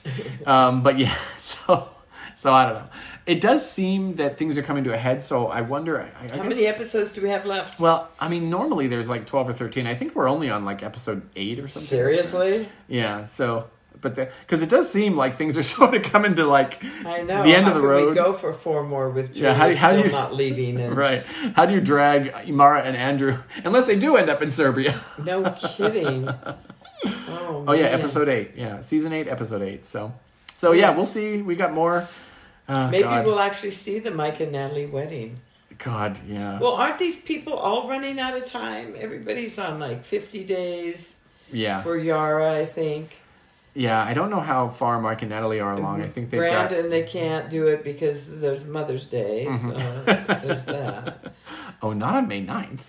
um, but yeah, so so I don't know. It does seem that things are coming to a head. So I wonder. I, I How guess, many episodes do we have left? well, I mean, normally there's like twelve or thirteen. I think we're only on like episode eight or something. Seriously, Yeah. So, but because it does seem like things are sort of coming to like I know. the end How of the could road. We go for four more with Julia Yeah, how do- how do still you- not leaving. And Right. How do you drag Imara and Andrew unless they do end up in Serbia? No kidding. Oh, Oh yeah, man. episode eight. Yeah, season eight, episode eight. So, so yeah, we'll see. We got more. Oh, Maybe God. we'll actually see the Mike and Natalie wedding. God, yeah, Well, aren't these people all running out of time? Everybody's on like 50 days yeah, for Yara, I think. yeah. I don't know how far Mark and Natalie are along. I think they've Brandon, they can't do it because there's Mother's Day, Mm-hmm. so there's that. Oh, got. Oh, not on May 9th.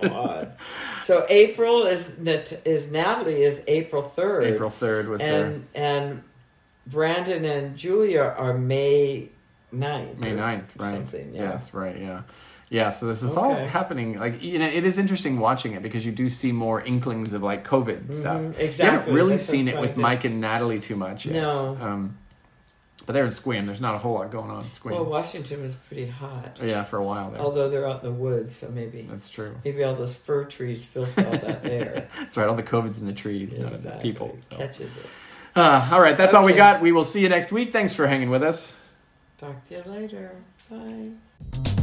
God. So April is Nat- is Natalie is April 3rd. April third was their and and Brandon and Julia are May 9th. May or 9th, right? Something, yeah. Yes, right, yeah. Yeah, so this is all Okay. happening. Like, you know, it is interesting watching it because you do see more inklings of like COVID Mm-hmm. stuff. You exactly, haven't really that's what seen I'm it trying with to do. Mike and Natalie too much yet. No. Um, but they're in Squim. There's not a whole lot going on in Squim. Well, Washington was pretty hot. yeah, for a while there. Although they're out in the woods, so maybe That's true. maybe all those fir trees filter all that air. That's right. All the COVID's in the trees, not in the Exactly. people. so. Catches it. Uh, all right, that's all we Okay. got. We will see you next week. Thanks for hanging with us. Talk to you later. Bye.